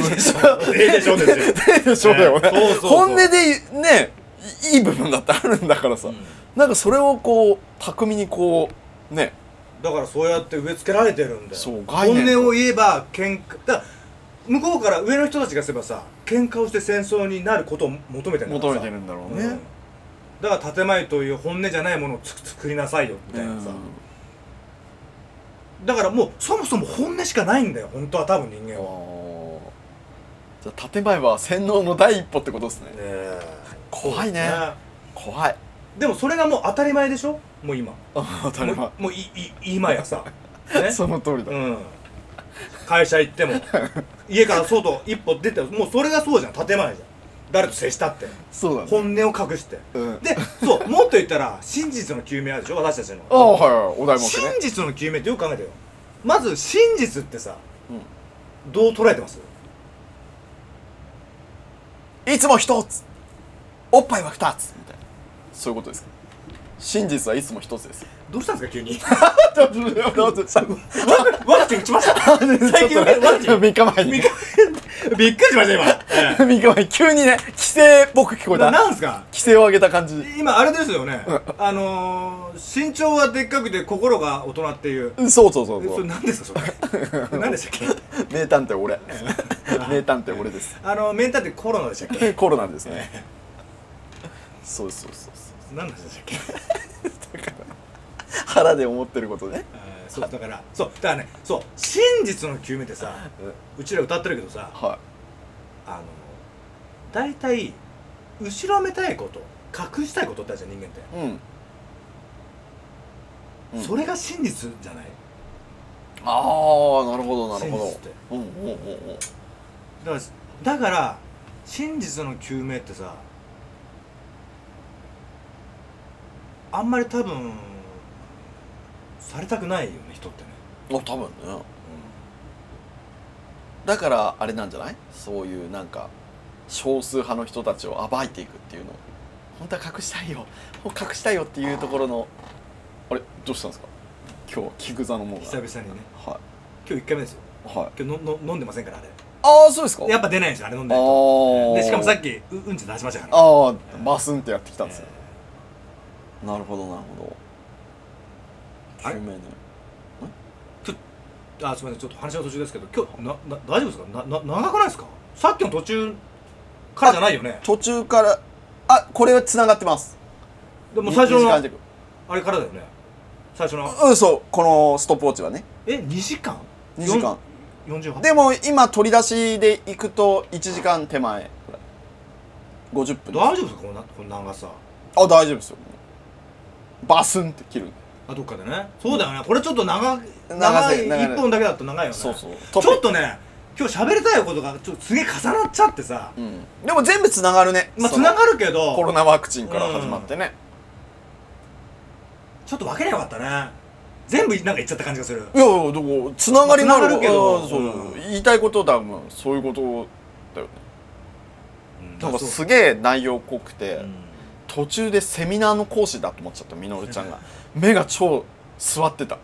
[SPEAKER 2] えで
[SPEAKER 3] [laughs]
[SPEAKER 2] しょですよ
[SPEAKER 3] えでしょだよね
[SPEAKER 2] ねそうそうそう
[SPEAKER 3] 本音でねいいい部分だってあるんだからさ、
[SPEAKER 2] うん
[SPEAKER 3] なんかそれをこう巧みにこうね
[SPEAKER 2] だからそうやって植え付けられてるんだよ
[SPEAKER 3] そう概念
[SPEAKER 2] 本音を言えば喧嘩だから向こうから上の人たちがすればさ喧嘩をして戦争になることを求めてるんだか
[SPEAKER 3] 求
[SPEAKER 2] ら
[SPEAKER 3] め
[SPEAKER 2] さ
[SPEAKER 3] てるんだろう
[SPEAKER 2] う
[SPEAKER 3] ね
[SPEAKER 2] ん、だから建前という本音じゃないものをつく作りなさいよみたいなさ、だからもうそもそも本音しかないんだよ本当は多分人間は、
[SPEAKER 3] おーじゃあ建前は洗脳の第一歩ってことですね
[SPEAKER 2] ねえ
[SPEAKER 3] 怖いね
[SPEAKER 2] ね
[SPEAKER 3] 怖い
[SPEAKER 2] でもそれがもう当たり前でしょもう今
[SPEAKER 3] [laughs] 当たり前
[SPEAKER 2] もうもういい今やさ、
[SPEAKER 3] [laughs]
[SPEAKER 2] ね、
[SPEAKER 3] その通りだ、
[SPEAKER 2] うん、会社行っても家から外一歩出てもうそれがそうじゃん建前じゃん誰と接したって
[SPEAKER 3] そうだね
[SPEAKER 2] 本音を隠して
[SPEAKER 3] うん
[SPEAKER 2] でそうもっと言ったら真実の究明あるでしょ私たち
[SPEAKER 3] あ
[SPEAKER 2] の
[SPEAKER 3] あはいはいお題目ね
[SPEAKER 2] 真実の究明ってよく考えてよまず真実ってさ、どう捉えてます
[SPEAKER 3] いつも一つおっぱいは二つみたいなそういうことですか真実はいつも一つです
[SPEAKER 2] どうしたんですか急に
[SPEAKER 3] ちょっと
[SPEAKER 2] ワクワクチン打ちました最近ワクチン
[SPEAKER 3] 3日前
[SPEAKER 2] 3
[SPEAKER 3] に
[SPEAKER 2] 日びっくりしました今、え
[SPEAKER 3] 三上急にね規制っぽく聞
[SPEAKER 2] え、
[SPEAKER 3] こえ
[SPEAKER 2] な
[SPEAKER 3] た
[SPEAKER 2] なんすか
[SPEAKER 3] 規制を上げた感じ
[SPEAKER 2] 今あれですよね、あのー、身長はでっかくて心が大人っていう
[SPEAKER 3] うんそうそうそう
[SPEAKER 2] え
[SPEAKER 3] そ
[SPEAKER 2] それ
[SPEAKER 3] う
[SPEAKER 2] 何ですかそ
[SPEAKER 3] [laughs]
[SPEAKER 2] れ何でしたっけ
[SPEAKER 3] 名探
[SPEAKER 2] [laughs]
[SPEAKER 3] 偵俺名探偵俺です
[SPEAKER 2] あのメンタってコロナでしたっけ
[SPEAKER 3] コロナですねそうそうそうそう
[SPEAKER 2] 何の話でしたっけ
[SPEAKER 3] 腹で思ってることね
[SPEAKER 2] えーそうだからそうだからねそう真実の究めってさうちら歌ってるけどさ
[SPEAKER 3] は
[SPEAKER 2] あの大体後ろめたいこと隠したいことってあるじゃん人間って、
[SPEAKER 3] いうんうん
[SPEAKER 2] それが真実じゃない
[SPEAKER 3] ああなるほどなる
[SPEAKER 2] 真実
[SPEAKER 3] ほ
[SPEAKER 2] って
[SPEAKER 3] どうんうんうんうん
[SPEAKER 2] だからだから真実の究明ってさあんまり多分されたくないよね人ってね、
[SPEAKER 3] あ多分ねだからあれなんじゃないそういうなんか少数派の人たちを暴いていくっていうの本当は隠したいよもう隠したいよっていうところのあれどうしたんですか今日菊座のも
[SPEAKER 2] うんん、
[SPEAKER 3] が
[SPEAKER 2] 久々にね
[SPEAKER 3] は
[SPEAKER 2] 今日1回目ですよ
[SPEAKER 3] いはい
[SPEAKER 2] 今日のの飲んでませんからあれ
[SPEAKER 3] ああそうですか
[SPEAKER 2] やっぱ出ないんですよあれ飲んで
[SPEAKER 3] あ
[SPEAKER 2] ないと
[SPEAKER 3] ー
[SPEAKER 2] でしかもさっきううんち出しましたから
[SPEAKER 3] ああバスンってやってきたんですよ、なるほどなるほど
[SPEAKER 2] あれ
[SPEAKER 3] 救命ね
[SPEAKER 2] あすみませんちょっと話の途中ですけど今日なな大丈夫ですかなな長くないですかさっきの途中からじゃないよね
[SPEAKER 3] 途中からあこれは繋がってます
[SPEAKER 2] でも最初の
[SPEAKER 3] 2時
[SPEAKER 2] あ
[SPEAKER 3] 間弱
[SPEAKER 2] れからだよね最初の
[SPEAKER 3] うんそうこのストップウォッチはね
[SPEAKER 2] え2時間
[SPEAKER 3] 2時間
[SPEAKER 2] 48
[SPEAKER 3] でも今取り出しで行くと1時間手前ぐらい50分です
[SPEAKER 2] 大丈夫ですかこのなこの長さ
[SPEAKER 3] あ大丈夫ですよバスンって切る
[SPEAKER 2] あどっかでねそうだよねこれちょっと長い
[SPEAKER 3] 長
[SPEAKER 2] 長
[SPEAKER 3] い
[SPEAKER 2] い
[SPEAKER 3] 長い
[SPEAKER 2] 1本だけだと長いよね
[SPEAKER 3] そうそう
[SPEAKER 2] ちょっとね今日喋りたいことがちょっとすげえ重なっちゃってさ
[SPEAKER 3] うんでも全部つながるね
[SPEAKER 2] まあ
[SPEAKER 3] その
[SPEAKER 2] 繋がるけど
[SPEAKER 3] コロナワクチンから始まってね
[SPEAKER 2] ちょっと分ければよかったね全部なんか言っちゃった感じがする
[SPEAKER 3] いやいやでもつながりのあ
[SPEAKER 2] つながるけど
[SPEAKER 3] あーそうそう
[SPEAKER 2] うん
[SPEAKER 3] 言いたいことだもんそういうことだよねなんか
[SPEAKER 2] そう
[SPEAKER 3] すげえ内容濃くて、
[SPEAKER 2] うん
[SPEAKER 3] 途中でセミナーの講師だと思っちゃったみのるちゃ
[SPEAKER 2] [laughs]
[SPEAKER 3] んが目が超座ってた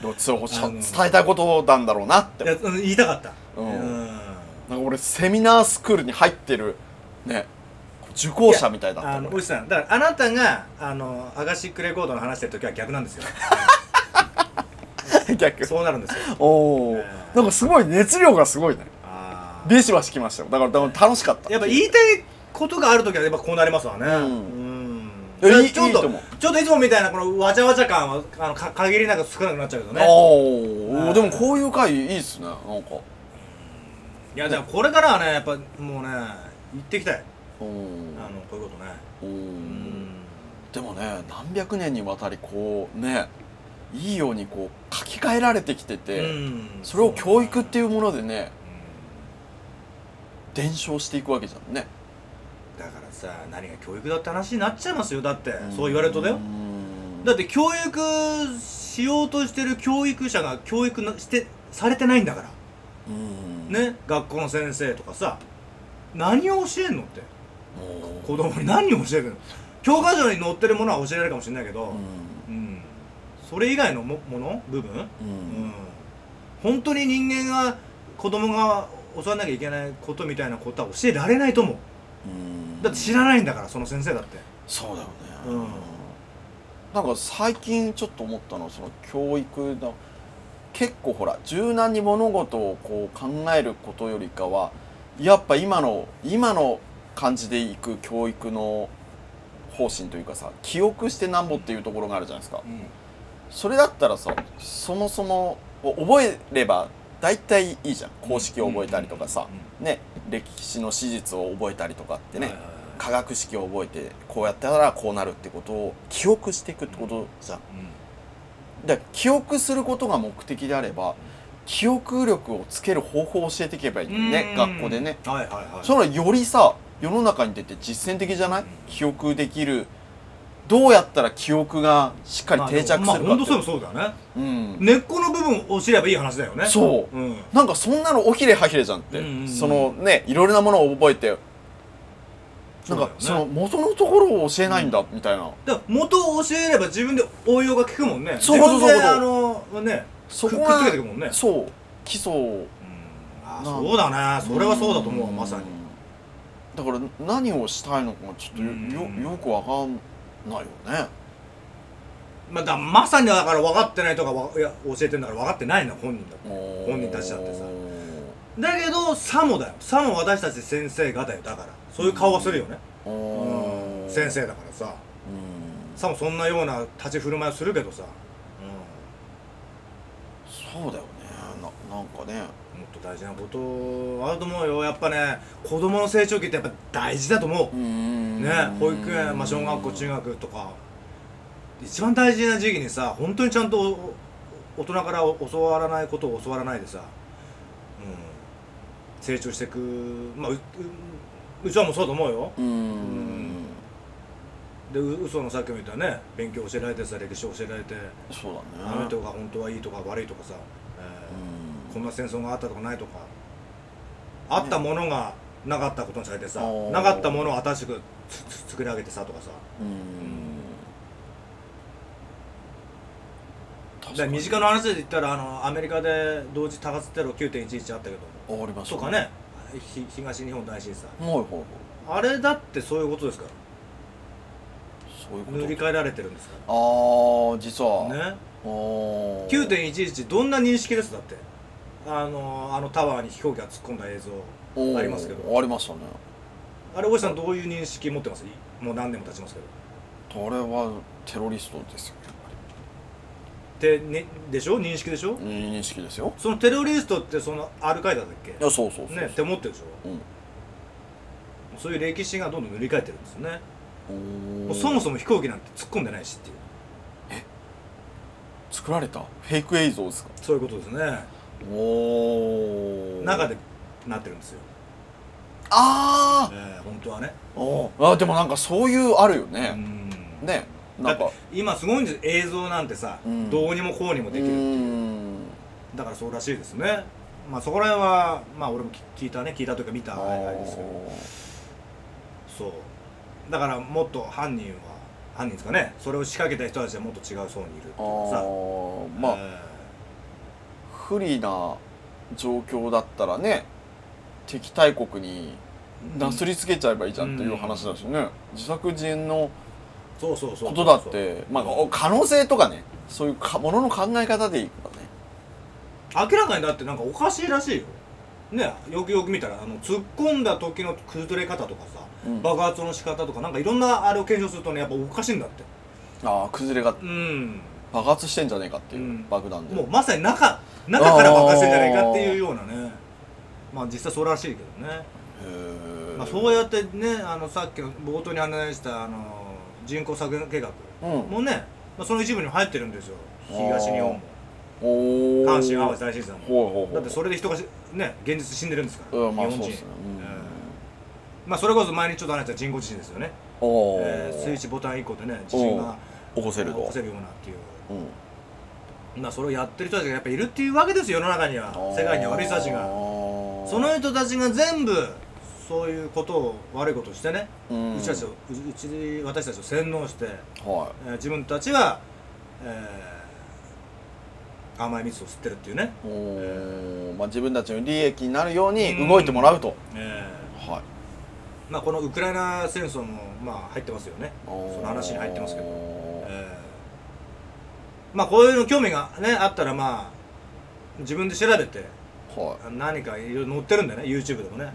[SPEAKER 3] でもそうちゃ
[SPEAKER 2] あの
[SPEAKER 3] 伝えたいことなんだろうなって
[SPEAKER 2] いやうん言いたかった
[SPEAKER 3] う
[SPEAKER 2] うんん
[SPEAKER 3] なんか俺セミナースクールに入ってるね受講者みたいだっ
[SPEAKER 2] あ
[SPEAKER 3] た
[SPEAKER 2] の
[SPEAKER 3] の
[SPEAKER 2] おじさんだからあなたがあのアガシックレコードの話してる時は逆なんです
[SPEAKER 3] [laughs]
[SPEAKER 2] よ
[SPEAKER 3] 逆
[SPEAKER 2] そうなるんですよ
[SPEAKER 3] おお
[SPEAKER 2] うん
[SPEAKER 3] なんかすごい熱量がすごいね
[SPEAKER 2] あー
[SPEAKER 3] ビシバシきましたよだからだから楽しかった
[SPEAKER 2] やっぱ言いたいことがある時はやっぱこうなりますわね
[SPEAKER 3] う
[SPEAKER 2] うんん
[SPEAKER 3] いやいい
[SPEAKER 2] ちょ
[SPEAKER 3] い
[SPEAKER 2] っ
[SPEAKER 3] いと
[SPEAKER 2] と
[SPEAKER 3] 思
[SPEAKER 2] ちょっといつもみたいなこのわちゃわちゃ感はあのか限りなく少なくなっちゃうけどね
[SPEAKER 3] お
[SPEAKER 2] う
[SPEAKER 3] お
[SPEAKER 2] ん
[SPEAKER 3] でもこういう回いいっすねなんか
[SPEAKER 2] いやでもこれからはねやっぱもうね言っていきたい
[SPEAKER 3] お
[SPEAKER 2] あのこういうことね
[SPEAKER 3] お
[SPEAKER 2] うん
[SPEAKER 3] でもね何百年にわたりこうねいいようにこう書き換えられてきてて、
[SPEAKER 2] うん
[SPEAKER 3] それを教育っていうものでね
[SPEAKER 2] うん
[SPEAKER 3] 伝承していくわけじゃんね、
[SPEAKER 2] だからさ何が教育だって話になっちゃいますよだってそう言われるとだよ
[SPEAKER 3] ん
[SPEAKER 2] だって教育しようとしてる教育者が教育なしてされてないんだから
[SPEAKER 3] うん
[SPEAKER 2] ね学校の先生とかさ何を教えんのって
[SPEAKER 3] も
[SPEAKER 2] 子供に何を教えるの教科書に載ってるものは教えられるかもしれないけ
[SPEAKER 3] う
[SPEAKER 2] ど、
[SPEAKER 3] う
[SPEAKER 2] うんそれ以外のももの部分、
[SPEAKER 3] んう
[SPEAKER 2] うんん、本当に人間が子供が教わんなきゃいけないことみたいなことは教えられないと思う
[SPEAKER 3] うん
[SPEAKER 2] だって知らないんだからその先生だって
[SPEAKER 3] そうだよね、
[SPEAKER 2] うん
[SPEAKER 3] なんか最近ちょっと思ったのはその教育の結構ほら柔軟に物事をこう考えることよりかはやっぱ今の今の感じでいく教育の方針というかさ記憶してなんぼっていうところがあるじゃないですかそれだったらさそもそも覚えれば大体いいじゃん公式を覚えたりとかさ、ね、歴史の史実を覚えたりとかってね、化学式を覚えてこうやったらこうなるってことを記憶していくってことじゃんだから記憶することが目的であれば記憶力をつける方法を教えていけばいいんだよね学校でね
[SPEAKER 2] はいはいはい
[SPEAKER 3] それはよりさ世の中に出て実践的じゃない記憶できるどうやったら記憶がしっかり定着する
[SPEAKER 2] ま
[SPEAKER 3] か
[SPEAKER 2] あ
[SPEAKER 3] っ
[SPEAKER 2] でも、
[SPEAKER 3] て
[SPEAKER 2] まあ、本当そうそうだよね
[SPEAKER 3] うん、
[SPEAKER 2] 根っこの部分を知ればいい話だよね、
[SPEAKER 3] そう
[SPEAKER 2] うん、
[SPEAKER 3] なんかそんなのおひれはひれじゃんって、
[SPEAKER 2] うんうんうん
[SPEAKER 3] そのねいろいろなものを覚えてなんか
[SPEAKER 2] そ
[SPEAKER 3] そう
[SPEAKER 2] だよ
[SPEAKER 3] の
[SPEAKER 2] ね
[SPEAKER 3] 元のところを教えないんだみたいな、
[SPEAKER 2] だから元を教えれば自分で応用が効くもんね
[SPEAKER 3] そうそうそうそう
[SPEAKER 2] 自分であのね
[SPEAKER 3] そこ
[SPEAKER 2] くっつけ
[SPEAKER 3] が
[SPEAKER 2] てくもんね
[SPEAKER 3] そう基礎を
[SPEAKER 2] うんああそうだねそれはそうだと思うわまさに
[SPEAKER 3] だから何をしたいのかがちょっとよ,、
[SPEAKER 2] うん
[SPEAKER 3] よくわかんないよね
[SPEAKER 2] まあだまさにだから分かってないとかわいや教えてんだから分かってないな本人だ本人たちだってさだけどさもだよさも私たち先生がだよだからそういう顔はするよね、
[SPEAKER 3] おー
[SPEAKER 2] 先生だからさ
[SPEAKER 3] うん
[SPEAKER 2] さもそんなような立ち振る舞いをするけどさ、
[SPEAKER 3] そうだよねななんかね
[SPEAKER 2] もっと大事なことあると思うよやっぱね子供の成長期ってやっぱ大事だと思う、
[SPEAKER 3] ね
[SPEAKER 2] ね保育園、まあ、小学校中学とか一番大事な時期にさ本当にちゃんとおお大人から教わらないことを教わらないでさ、うん、成長していくまあうううちはもうそうだと思うよ
[SPEAKER 3] うん
[SPEAKER 2] んでう嘘のさっきも言ったね勉強教えられてさ歴史教えられて
[SPEAKER 3] そうだ
[SPEAKER 2] あ
[SPEAKER 3] ね
[SPEAKER 2] の人が本当はいいとか悪いとかさ、えーこんな戦争があったとかないとかあったものがなかったことにされてさ、
[SPEAKER 3] おー
[SPEAKER 2] なかったものを新しくつつ作り上げてさとかさ
[SPEAKER 3] うんうん
[SPEAKER 2] だか
[SPEAKER 3] 確からに
[SPEAKER 2] 身近な話で言ったらあのアメリカで同時多発テロ9.11あったけど
[SPEAKER 3] あありました
[SPEAKER 2] とかねひ東日本大震災
[SPEAKER 3] はいはいはい
[SPEAKER 2] あれだってそういうことですから
[SPEAKER 3] そういうこと
[SPEAKER 2] 塗り替えられてるんですか
[SPEAKER 3] ああ実は
[SPEAKER 2] らね
[SPEAKER 3] おー
[SPEAKER 2] 9.11どんな認識ですだってあのあのタワーに飛行機が突っ込んだ映像
[SPEAKER 3] おー
[SPEAKER 2] ありますけど
[SPEAKER 3] ありましたね
[SPEAKER 2] あれ大石さんどういう認識持ってますもう何年も経ちますけど
[SPEAKER 3] これはテロリストですよや
[SPEAKER 2] で,、
[SPEAKER 3] っ
[SPEAKER 2] ね、でしょ認識でしょ
[SPEAKER 3] ぱり認識ですよ
[SPEAKER 2] そのテロリストってそのアルカイダだっけ
[SPEAKER 3] いやそうそうそう
[SPEAKER 2] ねって思ってるでしょ、
[SPEAKER 3] うん
[SPEAKER 2] そういう歴史がどんどん塗り替えてるんですよね、もう
[SPEAKER 3] お
[SPEAKER 2] そも
[SPEAKER 3] そ
[SPEAKER 2] そも飛行機なんて突っ込んでないしっていう
[SPEAKER 3] 作られたフェイク映像ですか
[SPEAKER 2] そういうことですね
[SPEAKER 3] おお
[SPEAKER 2] 中でなってるんですよ、
[SPEAKER 3] あ
[SPEAKER 2] えー、本当はね
[SPEAKER 3] ーおーあでもなんかそういうあるよ
[SPEAKER 2] う
[SPEAKER 3] ね、
[SPEAKER 2] ん
[SPEAKER 3] ねなん
[SPEAKER 2] だ
[SPEAKER 3] か
[SPEAKER 2] っ今すごいんです映像なんてさ、
[SPEAKER 3] うん
[SPEAKER 2] どうにもこうにもでき
[SPEAKER 3] う
[SPEAKER 2] る
[SPEAKER 3] ん
[SPEAKER 2] だからそうらしいですねまあそこら辺はまあ俺も聞聞いたね聞いたというか見た
[SPEAKER 3] あ
[SPEAKER 2] あれあれですけど
[SPEAKER 3] ー
[SPEAKER 2] そうだからもっと犯人は犯人ですかねそれを仕掛けた人たちはもっと違う層にいるっていう
[SPEAKER 3] あ
[SPEAKER 2] かさ
[SPEAKER 3] ーまあ、不利な状況だったらね敵対国になす
[SPEAKER 2] り
[SPEAKER 3] りつけちゃえばいいじゃんっていう話だしね、自作自演の
[SPEAKER 2] そうそうそう
[SPEAKER 3] ことだってまあお可能性とかねそういうかものの考え方でいいからね
[SPEAKER 2] 明らかにだってなんかおかしいらしいよねよくよく見たらあの突っ込んだ時の崩れ方とかさ、
[SPEAKER 3] うん
[SPEAKER 2] 爆発の仕方とかなんかいろんなあれを検証するとねやっぱおかしいんだって
[SPEAKER 3] ああ崩れが
[SPEAKER 2] うん
[SPEAKER 3] 爆発してんじゃねえかっていう、
[SPEAKER 2] うん
[SPEAKER 3] 爆弾で
[SPEAKER 2] もうまさに中中から爆発してんじゃないかっていうようなねまあ実際そうらしいけどね、
[SPEAKER 3] へー
[SPEAKER 2] まあ、そうやってねあのさっきの冒頭に話したあの人口削減計画
[SPEAKER 3] うん
[SPEAKER 2] もね、まあ、その一部にも入ってるんですよ東日本も
[SPEAKER 3] おー
[SPEAKER 2] 阪神・淡路大震災も
[SPEAKER 3] ほうほうほう
[SPEAKER 2] だってそれで人がしね現実死んでるんですから、
[SPEAKER 3] うんまあ
[SPEAKER 2] 日本
[SPEAKER 3] そ
[SPEAKER 2] 人
[SPEAKER 3] うですねうん
[SPEAKER 2] まあ、それこそ前にちょっと話した人工地震ですよね、
[SPEAKER 3] おー
[SPEAKER 2] えー、スイッチボタン以降でね地震が
[SPEAKER 3] 起こせる
[SPEAKER 2] 起
[SPEAKER 3] と
[SPEAKER 2] こせるようなっていう
[SPEAKER 3] うん
[SPEAKER 2] まあそれをやってる人たちがやっぱいるっていうわけですよ世の中には世界には悪い人たちがその人たちが全部そういうことを悪いことをしてね、うちたちを
[SPEAKER 3] は
[SPEAKER 2] ううち私たちを洗脳して、
[SPEAKER 3] は
[SPEAKER 2] えー自分たちは、えー甘い蜜を吸ってるっていうね、
[SPEAKER 3] いおーまあ自分たちの利益になるように動いてもらうと
[SPEAKER 2] え
[SPEAKER 3] はい
[SPEAKER 2] ーまあ、このウクライナ戦争もまあ入ってますよね
[SPEAKER 3] そ
[SPEAKER 2] その話に入ってますけど
[SPEAKER 3] ど
[SPEAKER 2] えーまあこういうの興味がねあったらまあ自分で調べて
[SPEAKER 3] はい
[SPEAKER 2] 何かいろいろ載ってるんだよね YouTube でもね
[SPEAKER 3] あ
[SPEAKER 2] あ
[SPEAKER 3] ー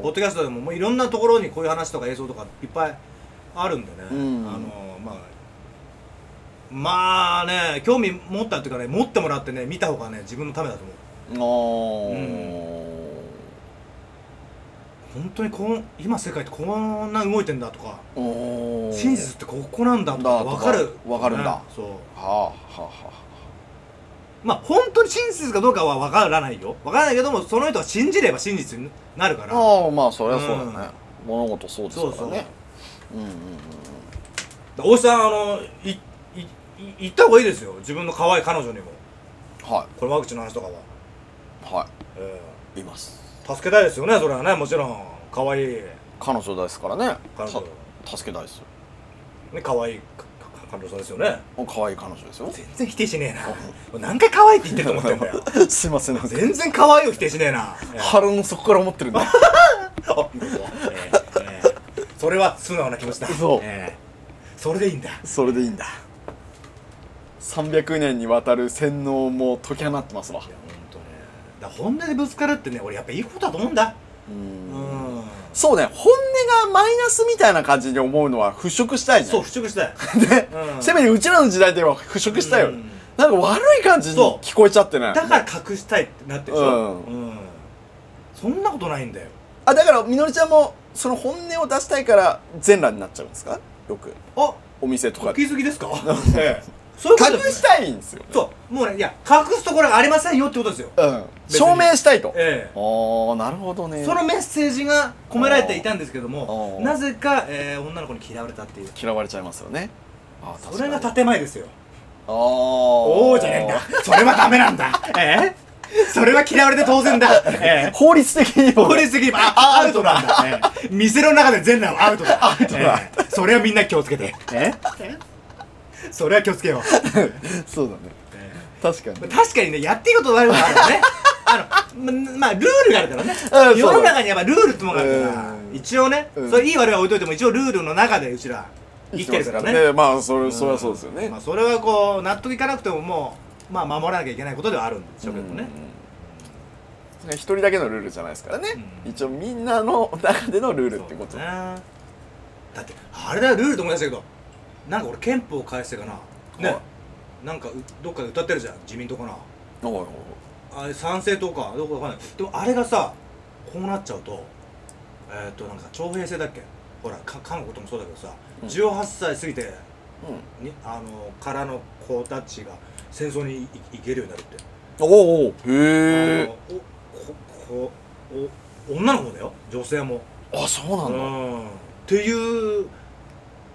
[SPEAKER 2] ポッドキャストでももういろんなところにこういう話とか映像とかいっぱいあるんでね、
[SPEAKER 3] うん
[SPEAKER 2] あのまあまあね興味持ったっていうかね持ってもらってね見た方がね自分のためだと思う
[SPEAKER 3] あー
[SPEAKER 2] 本当にこう今世界ってこんな動いてんだとか
[SPEAKER 3] おー
[SPEAKER 2] 真実ってここなんだとか
[SPEAKER 3] だとか
[SPEAKER 2] 分かる
[SPEAKER 3] わかるんだ
[SPEAKER 2] ねそう
[SPEAKER 3] はあはあは
[SPEAKER 2] まあ本当に真実かどうかは分からないよ分からないけどもその人が信じれば真実になるか
[SPEAKER 3] あ
[SPEAKER 2] ら
[SPEAKER 3] ああまあそりゃそうだね物事そうですか
[SPEAKER 2] そう
[SPEAKER 3] ら
[SPEAKER 2] そう
[SPEAKER 3] ねうんうんうん
[SPEAKER 2] だ大石さんあのいいい言った方がいいですよ自分の可愛い彼女にも
[SPEAKER 3] は
[SPEAKER 2] このワクチンの話とかは、
[SPEAKER 3] いは
[SPEAKER 2] え
[SPEAKER 3] いいます
[SPEAKER 2] ー助けたいですよねそれはねもちろん可愛い
[SPEAKER 3] 彼女ですからね
[SPEAKER 2] 彼女
[SPEAKER 3] た助けたいですよ
[SPEAKER 2] ね可愛いかか彼女さんですよね
[SPEAKER 3] お可愛い彼女ですよ
[SPEAKER 2] 全然否定しねえ [laughs] な何回可愛いって言ってると思ってんだ [laughs] よ
[SPEAKER 3] すいませんなんか
[SPEAKER 2] 全然可愛いを否定しねえ [laughs] な
[SPEAKER 3] 腹の底から思ってるんだ
[SPEAKER 2] ええええそれは素直な気持ちだ
[SPEAKER 3] そう
[SPEAKER 2] ええそれでいいんだ
[SPEAKER 3] それでいいんだ300年にわたる洗脳も解き放ってますわ
[SPEAKER 2] いや本当ねだから本音でぶつかるってね俺やっぱいいことだと思うんだ
[SPEAKER 3] う
[SPEAKER 2] うんん
[SPEAKER 3] そうね本音がマイナスみたいな感じに思うのは払拭したいね
[SPEAKER 2] そう払拭したい
[SPEAKER 3] ね、
[SPEAKER 2] うん
[SPEAKER 3] せめてうちらの時代では払拭したよ、
[SPEAKER 2] うん
[SPEAKER 3] なんか悪い感じに
[SPEAKER 2] そう
[SPEAKER 3] 聞こえちゃってね
[SPEAKER 2] だから隠したいってなってるでしょ
[SPEAKER 3] う
[SPEAKER 2] うんそんなことないんだよ
[SPEAKER 3] あだからみのりちゃんもその本音を出したいから全裸になっちゃうんですかよく
[SPEAKER 2] あ
[SPEAKER 3] お店とかで
[SPEAKER 2] 気づきですかええそういうこと
[SPEAKER 3] 隠
[SPEAKER 2] ですね
[SPEAKER 3] したいんですよね
[SPEAKER 2] そうもうねいや隠すところがありませんよってことですよ
[SPEAKER 3] うん
[SPEAKER 2] 別に
[SPEAKER 3] 証明したいと
[SPEAKER 2] ええ
[SPEAKER 3] ああなるほどね
[SPEAKER 2] そのメッセージが込められていたんですけども
[SPEAKER 3] おー
[SPEAKER 2] なぜか、えー女の子に嫌われたっていう
[SPEAKER 3] 嫌われちゃいますよねあー
[SPEAKER 2] それが
[SPEAKER 3] 確かに
[SPEAKER 2] 建前ですよ
[SPEAKER 3] あお
[SPEAKER 2] おおじゃねえんだそれはダメなんだええそれは嫌われて当然だええ
[SPEAKER 3] 法律的にも
[SPEAKER 2] 法律的にもああアウトなんだ、ええ店の中で全裸はアウトだアウト
[SPEAKER 3] だ
[SPEAKER 2] それはみんな気をつけてええそれは気をつけよう、
[SPEAKER 3] そうだね
[SPEAKER 2] ええ
[SPEAKER 3] 確かに
[SPEAKER 2] 確かにねやっていいこと悪いことあるよねあのままあルールがあるからね
[SPEAKER 3] そう
[SPEAKER 2] 世の中にやっぱルールってものがあるから
[SPEAKER 3] うん
[SPEAKER 2] 一応ね、
[SPEAKER 3] うん
[SPEAKER 2] それいい悪いは置いといても一応ルールの中でうちら生きてるからね
[SPEAKER 3] ええまあそれ
[SPEAKER 2] ん
[SPEAKER 3] それはそうですよね
[SPEAKER 2] まあ、それはこう納得いかなくてももうまあ守らなきゃいけないことではあるんでしょうけどね、
[SPEAKER 3] うん一人だけのルールじゃないですからね、
[SPEAKER 2] うん
[SPEAKER 3] 一応みんなの中でのルールってこと
[SPEAKER 2] そうだねだってあれだよルールと思い出したけどなんか俺憲法改正かなね
[SPEAKER 3] は
[SPEAKER 2] なんかうどっかで歌ってるじゃん自民党かな
[SPEAKER 3] おいおい
[SPEAKER 2] あれ賛成党かどこかわかんないでもあれがさこうなっちゃうとえーっ、となんか徴兵制だっけほらか韓国ともそうだけどさ、
[SPEAKER 3] うん
[SPEAKER 2] 18歳過ぎて
[SPEAKER 3] おい
[SPEAKER 2] にあのからの子たちが戦争に行行けるようになるって
[SPEAKER 3] おうおう
[SPEAKER 2] あ
[SPEAKER 3] へえ
[SPEAKER 2] のおここお女の子だよ女性も
[SPEAKER 3] あそうな
[SPEAKER 2] うん
[SPEAKER 3] だ、
[SPEAKER 2] んっていう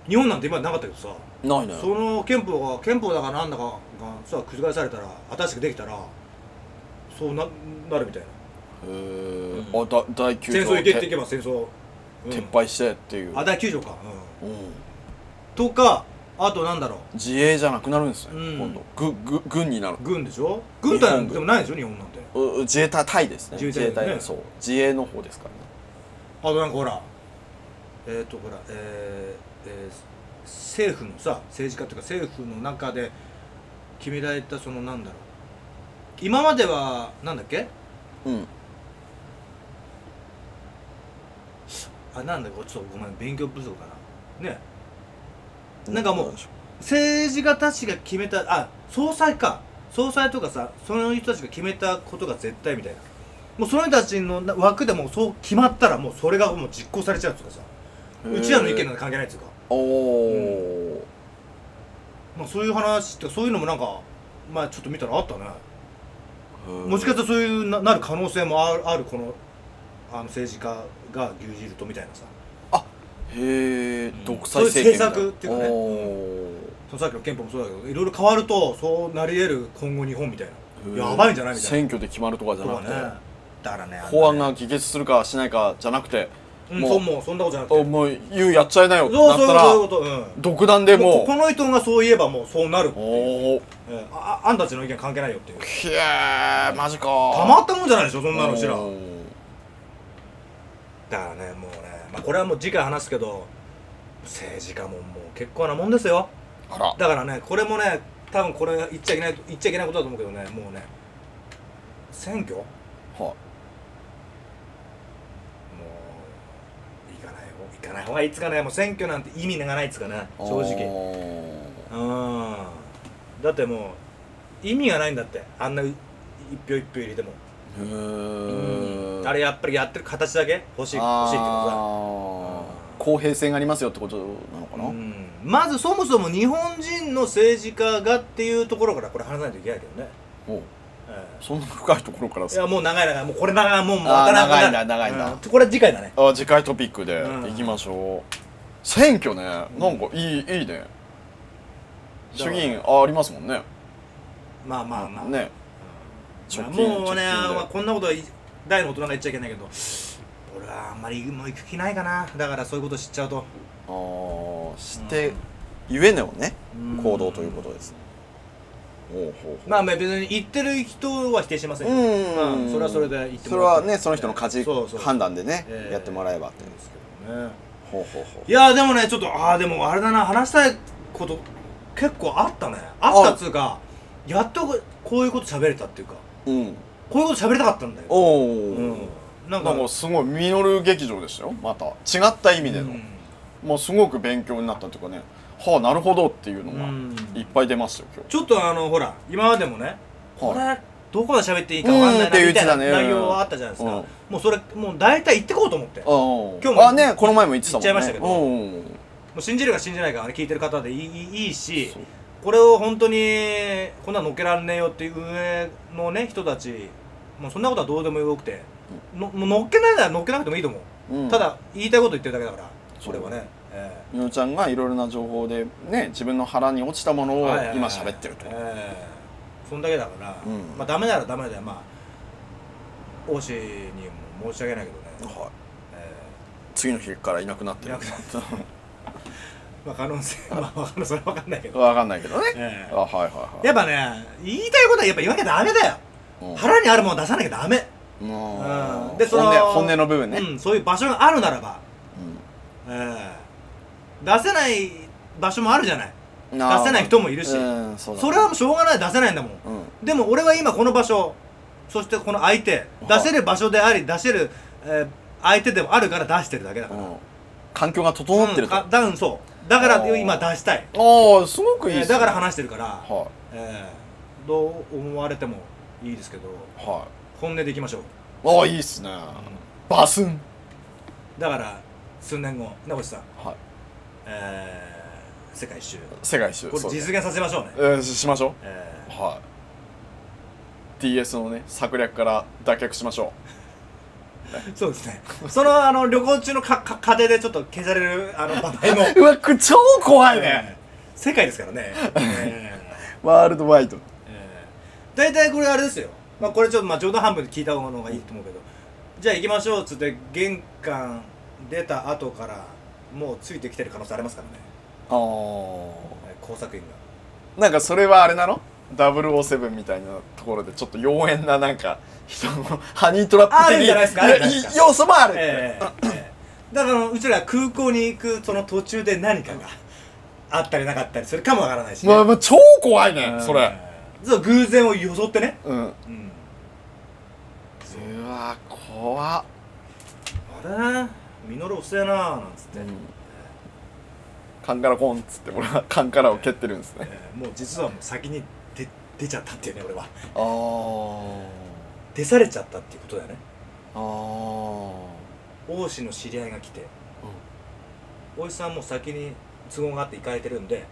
[SPEAKER 2] 日本なんて今なかったけどさ
[SPEAKER 3] ないね
[SPEAKER 2] その憲法が憲法だかなんだかがさ覆されたら新しくできたらそうななるみたいな
[SPEAKER 3] へえ
[SPEAKER 2] うん
[SPEAKER 3] あだ第9条
[SPEAKER 2] 戦争行けってい
[SPEAKER 3] て
[SPEAKER 2] けば戦争、うん
[SPEAKER 3] 撤廃してっていう、
[SPEAKER 2] あ第9条か、うん
[SPEAKER 3] うん
[SPEAKER 2] とかあとなんだろ
[SPEAKER 3] 自衛じゃなくなるんですね、
[SPEAKER 2] うん
[SPEAKER 3] 今度ぐぐ軍になる
[SPEAKER 2] う軍でしょ軍隊なんて
[SPEAKER 3] 日本軍
[SPEAKER 2] でもないでしょ日本なんて
[SPEAKER 3] う自衛隊タイですね
[SPEAKER 2] 自衛隊だよね
[SPEAKER 3] そう自衛の方ですからね
[SPEAKER 2] あとなんかほらえっ、ー、とほらえーえー政府のさ政治家というか政府の中で決められたそのなんだろう今まではなんだっけ
[SPEAKER 3] うん
[SPEAKER 2] あなんだかちょっとごめん勉強不足かなねなんかもう政治家たちが決めたあ総裁か総裁とかさその人たちが決めたことが絶対みたいなもうその人たちの枠でもうそう決まったらもうそれがもう実行されちゃうっていうかさうちらの意見なん
[SPEAKER 3] の
[SPEAKER 2] て関係ないっていうか、
[SPEAKER 3] おお、
[SPEAKER 2] まあ、そういう話ってそういうのもなんかまあちょっと見たらあったね
[SPEAKER 3] へえ
[SPEAKER 2] もしかしたらそういうななる可能性もあるあるこのあの政治家が牛耳るとみたいなさ
[SPEAKER 3] へえ、
[SPEAKER 2] ん
[SPEAKER 3] 独裁政権みたいな
[SPEAKER 2] そういう政策っていうかねそのさっきの憲法もそうだけどいろいろ変わるとそうなり得る今後日本みたい
[SPEAKER 3] おー
[SPEAKER 2] なやばいんじゃないみたいな
[SPEAKER 3] 選挙で決まるとかじゃなく
[SPEAKER 2] ね
[SPEAKER 3] て、
[SPEAKER 2] だからね
[SPEAKER 3] 法案
[SPEAKER 2] あ
[SPEAKER 3] が議決するかしないかじゃなくて、
[SPEAKER 2] のねうん
[SPEAKER 3] もう
[SPEAKER 2] そうもうそんなことじゃなく
[SPEAKER 3] お
[SPEAKER 2] て
[SPEAKER 3] もう言うやっちゃいなよって
[SPEAKER 2] そ
[SPEAKER 3] な
[SPEAKER 2] う
[SPEAKER 3] っ
[SPEAKER 2] そう
[SPEAKER 3] た
[SPEAKER 2] そういうこ
[SPEAKER 3] ら
[SPEAKER 2] とうん
[SPEAKER 3] 独断で
[SPEAKER 2] もう
[SPEAKER 3] も
[SPEAKER 2] ここの人がそう言えばもうそうなるって
[SPEAKER 3] う
[SPEAKER 2] いう、
[SPEAKER 3] おお
[SPEAKER 2] ええあああんたたちの意見関係ないよっていう
[SPEAKER 3] ひえマジか
[SPEAKER 2] たまったもんじゃないでしょそんなのうちら
[SPEAKER 3] おー
[SPEAKER 2] だからねもうね、まあ、これはもう次回話すけど政治家ももう結構なもんですよ
[SPEAKER 3] あら
[SPEAKER 2] だからねこれもね多分これ言っちゃいけない言っちゃいけないことだと思うけどねもうね選挙も
[SPEAKER 3] は
[SPEAKER 2] う行かない方行かない方がいいっつかねもう選挙なんて意味がないっつかね
[SPEAKER 3] い
[SPEAKER 2] 正直
[SPEAKER 3] 直
[SPEAKER 2] うんだってもう意味がないんだってあんな一票一票入れても
[SPEAKER 3] へー
[SPEAKER 2] あれやっぱりやってる形だけ欲しい欲しいってことだ
[SPEAKER 3] あー公平性がありますよってことなのかな、
[SPEAKER 2] うんまずそもそも日本人の政治家がっていうところからこれ話さないといけないけどね、
[SPEAKER 3] おう
[SPEAKER 2] ええ
[SPEAKER 3] そんな深いところから
[SPEAKER 2] い
[SPEAKER 3] さ
[SPEAKER 2] やもう長い長いもうこれ長いもうわから
[SPEAKER 3] あ
[SPEAKER 2] な
[SPEAKER 3] ー長いんだ長いんだ
[SPEAKER 2] うんこれ次回だね
[SPEAKER 3] あ次回トピックで
[SPEAKER 2] うん
[SPEAKER 3] いきましょう、選挙ねなんかいいいいね衆議院あありますもんね
[SPEAKER 2] まあまあまあ、
[SPEAKER 3] ね
[SPEAKER 2] まあ
[SPEAKER 3] 直近
[SPEAKER 2] もうね
[SPEAKER 3] 直近で
[SPEAKER 2] まあこんなことは大の大人が言っちゃいけないけど俺はあんまりもう行く気ないかなだからそういうこと知っちゃうと
[SPEAKER 3] ああして
[SPEAKER 2] うん
[SPEAKER 3] ゆえのね
[SPEAKER 2] うん
[SPEAKER 3] 行動ということですほうほう
[SPEAKER 2] まあまあ別に言ってる人は否定しません
[SPEAKER 3] う
[SPEAKER 2] よ
[SPEAKER 3] ん、
[SPEAKER 2] うんそれはそれで言って
[SPEAKER 3] そ
[SPEAKER 2] も
[SPEAKER 3] れ
[SPEAKER 2] ら
[SPEAKER 3] は
[SPEAKER 2] って
[SPEAKER 3] ねその人の価値
[SPEAKER 2] そうそう
[SPEAKER 3] 判断でね、
[SPEAKER 2] ええ
[SPEAKER 3] やってもらえばって
[SPEAKER 2] なんですけどね
[SPEAKER 3] ほうほうほう
[SPEAKER 2] いやーでもねちょっとああでもあれだな話したいこと結構あったねあったっつうかやっとこういうこと喋れたっていうか
[SPEAKER 3] うん
[SPEAKER 2] こういうこと喋りたかったんだよ
[SPEAKER 3] おお、
[SPEAKER 2] うんなんか
[SPEAKER 3] なんかすごいミノル劇場でしたよまた違った意味での、
[SPEAKER 2] うん
[SPEAKER 3] もうすごく勉強になったというかねはあなるほどっていうのが
[SPEAKER 2] うん
[SPEAKER 3] いっぱい出ましたよ今
[SPEAKER 2] ちょっとあのほら今までもね
[SPEAKER 3] 日、
[SPEAKER 2] こ
[SPEAKER 3] はい
[SPEAKER 2] れどこまで喋っていいかわかんない
[SPEAKER 3] うんって
[SPEAKER 2] な
[SPEAKER 3] いう
[SPEAKER 2] みたいな
[SPEAKER 3] うちだね
[SPEAKER 2] 内容はあったじゃないですか、
[SPEAKER 3] うん
[SPEAKER 2] もうそれもう大体言ってこうと思って、も
[SPEAKER 3] 今
[SPEAKER 2] 今日も
[SPEAKER 3] あねこの前も言ってたもんね
[SPEAKER 2] 言っちゃいましたけど
[SPEAKER 3] うんうんうん
[SPEAKER 2] う信じるか信じないかはね聞いてる方でいいいいし
[SPEAKER 3] そう
[SPEAKER 2] これを本当にこんなのっけらんねえよっていう上のね人たちもうそんなことはどうでもよくて、のもう乗っけないなら乗っけなくてもいいと思う、
[SPEAKER 3] うん
[SPEAKER 2] ただ言いたいこと言ってるだけだからそ
[SPEAKER 3] そ
[SPEAKER 2] うれはね、え
[SPEAKER 3] みのちゃんがいろいろな情報でね自分の腹に落ちたもの
[SPEAKER 2] え
[SPEAKER 3] を
[SPEAKER 2] はいはいはい
[SPEAKER 3] 今喋ってると、
[SPEAKER 2] ええそんだけだから、
[SPEAKER 3] うん
[SPEAKER 2] まあダメならダメでまあ王子にも申し訳ないけどね、
[SPEAKER 3] はい
[SPEAKER 2] ええ
[SPEAKER 3] 次の日からいなくなって
[SPEAKER 2] い
[SPEAKER 3] る
[SPEAKER 2] なくなっまあ可能性、まあ、わかんないそれは分かんないけど、
[SPEAKER 3] [laughs] わかんないけどね、
[SPEAKER 2] え
[SPEAKER 3] あはいはいはい
[SPEAKER 2] えやっぱね言いたいことはやっぱ言わなきゃダメだよ、
[SPEAKER 3] うん
[SPEAKER 2] 腹にあるものを出さなきゃダメ、
[SPEAKER 3] も
[SPEAKER 2] うん
[SPEAKER 3] う
[SPEAKER 2] でその
[SPEAKER 3] 本音本音の部分ね、
[SPEAKER 2] うん、そういう場所があるならば、ええ出せない場所もあるじゃない
[SPEAKER 3] 出
[SPEAKER 2] 出せない人もいるし
[SPEAKER 3] うんそうだね
[SPEAKER 2] それはもうしょうがない出せないんだもん
[SPEAKER 3] うん
[SPEAKER 2] でも俺は今この場所そしてこの相手出せる場所であり出せる、えー相手でもあるから出してるだけだから、
[SPEAKER 3] うん環境が整ってる
[SPEAKER 2] うん
[SPEAKER 3] と、
[SPEAKER 2] あダウンそうだから
[SPEAKER 3] あー
[SPEAKER 2] 今出したい
[SPEAKER 3] ああすごくいいっ
[SPEAKER 2] え
[SPEAKER 3] す
[SPEAKER 2] ー
[SPEAKER 3] ね
[SPEAKER 2] だから話してるから、
[SPEAKER 3] は
[SPEAKER 2] えーどう思われてもいいですけど
[SPEAKER 3] いは
[SPEAKER 2] 本音でいきましょう、
[SPEAKER 3] いああいいっすねバスン
[SPEAKER 2] だから数年後名越さん、
[SPEAKER 3] はい
[SPEAKER 2] えー世界一周
[SPEAKER 3] 世界一周
[SPEAKER 2] これ
[SPEAKER 3] そう
[SPEAKER 2] 実
[SPEAKER 3] ね
[SPEAKER 2] 現させましょうね、
[SPEAKER 3] うんししましょ
[SPEAKER 2] え
[SPEAKER 3] うはい TS のね策略から脱却しましょ
[SPEAKER 2] ーそうですねそのあの旅行中のかか家庭でちょっと消されるあの
[SPEAKER 3] [laughs]
[SPEAKER 2] 場合も、
[SPEAKER 3] ううわこれ超怖い
[SPEAKER 2] え
[SPEAKER 3] ね
[SPEAKER 2] ー世界ですからね、えー
[SPEAKER 3] ワールドワイド
[SPEAKER 2] えー大体これあれですよ、まあ、これちょっとまあ冗談半分で聞いた方がいいと思うけどじゃあ行きましょうっつって玄関出た後からもうついてきてる可能性ありますからね
[SPEAKER 3] あ
[SPEAKER 2] えー工作員が
[SPEAKER 3] あなんかそれはあれなの007みたいなところでちょっと妖艶ななんか人のハニートラップ
[SPEAKER 2] あるんじゃないですかあるんじゃないですか
[SPEAKER 3] 要素もあるって、
[SPEAKER 2] ええええだからあのうちら空港に行くその途中で何かがあったりなかったりするかもわからないし、ね
[SPEAKER 3] まあまあ超怖いねそれ
[SPEAKER 2] うんそう偶然を装ってね、
[SPEAKER 3] うん
[SPEAKER 2] うん、
[SPEAKER 3] うわ怖っ、
[SPEAKER 2] あれなミノル遅えななんつって、
[SPEAKER 3] カンカラコンっつって俺はカンカラを蹴ってるんですね
[SPEAKER 2] ええもう実はもう先に出出ちゃったっていうね俺は
[SPEAKER 3] あー
[SPEAKER 2] 出されちゃったっていうことだよね
[SPEAKER 3] あー
[SPEAKER 2] 王子の知り合いが来て、おじさんもう先に都合があって行かれてるんで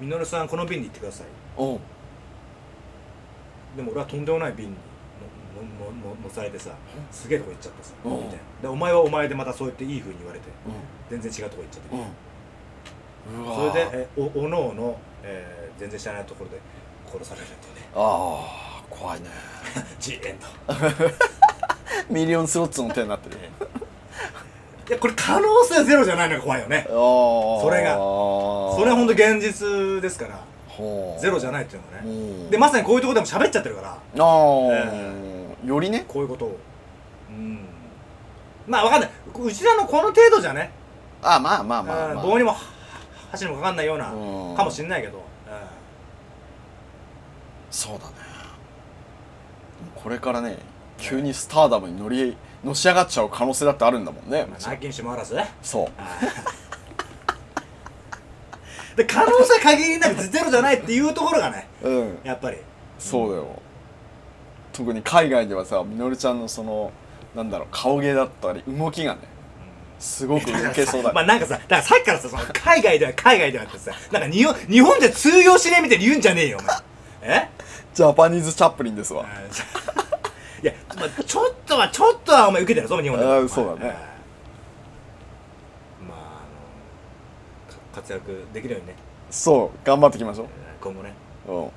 [SPEAKER 2] ミノルさんこの便に行ってください
[SPEAKER 3] うん
[SPEAKER 2] でも俺はとんでもない瓶にのののの乗されてさすげえとこ行っちゃってさ
[SPEAKER 3] う
[SPEAKER 2] み
[SPEAKER 3] ん
[SPEAKER 2] たいなでお前はお前でまたそうやっていいふうに言われて
[SPEAKER 3] う
[SPEAKER 2] 全然違うとこ行っちゃって
[SPEAKER 3] んうんうわ
[SPEAKER 2] それでえおおのおの、えー全然知らないところで殺されるんだよね
[SPEAKER 3] あー怖いね
[SPEAKER 2] ジエンド
[SPEAKER 3] [laughs] ミリオンスロッツの手になってる
[SPEAKER 2] いやこれ可能性ゼロじゃないのが怖いよね
[SPEAKER 3] ああ
[SPEAKER 2] それが
[SPEAKER 3] そ
[SPEAKER 2] それは本当
[SPEAKER 3] に
[SPEAKER 2] 現実ですからゼロじゃない
[SPEAKER 3] ない
[SPEAKER 2] っていうのがねで
[SPEAKER 3] で
[SPEAKER 2] まさにこういうとこでも喋っちゃってるから
[SPEAKER 3] ああ
[SPEAKER 2] え
[SPEAKER 3] よりね
[SPEAKER 2] こういうことをうんまあわかんないうちらのこの程度じゃね、
[SPEAKER 3] あまあまあまあ
[SPEAKER 2] う
[SPEAKER 3] ま
[SPEAKER 2] ん
[SPEAKER 3] あ
[SPEAKER 2] 棒にもは箸にもかかんないような、
[SPEAKER 3] うん
[SPEAKER 2] かもしんないけど、
[SPEAKER 3] そうだねこれからね急にスターダムに乗りのし上がっちゃう可能性だってあるんだもんね
[SPEAKER 2] まあ、内勤しもあらず
[SPEAKER 3] そう
[SPEAKER 2] [laughs] で可能性限りなくゼロじゃないっていうところがね
[SPEAKER 3] うん
[SPEAKER 2] やっぱり
[SPEAKER 3] そうだよ、特に海外ではさみのるちゃんのそのなんだろう顔芸だったり動きがねすごく受けそうだ
[SPEAKER 2] まあなんかさだからさっきからさその海外では海外ではってさなんか日本日本じゃ通用しねえみたいに言うんじゃねえよ
[SPEAKER 3] [laughs]
[SPEAKER 2] お前え [laughs]
[SPEAKER 3] ジャパニーズチャップリンですわ
[SPEAKER 2] いや、まあ、ちょっとはちょっとはお前受けてるぞ日本では
[SPEAKER 3] あーそうだね
[SPEAKER 2] まああのか活躍できるようにね
[SPEAKER 3] そう頑張っていきましょ
[SPEAKER 2] 今後ね
[SPEAKER 3] う、うん、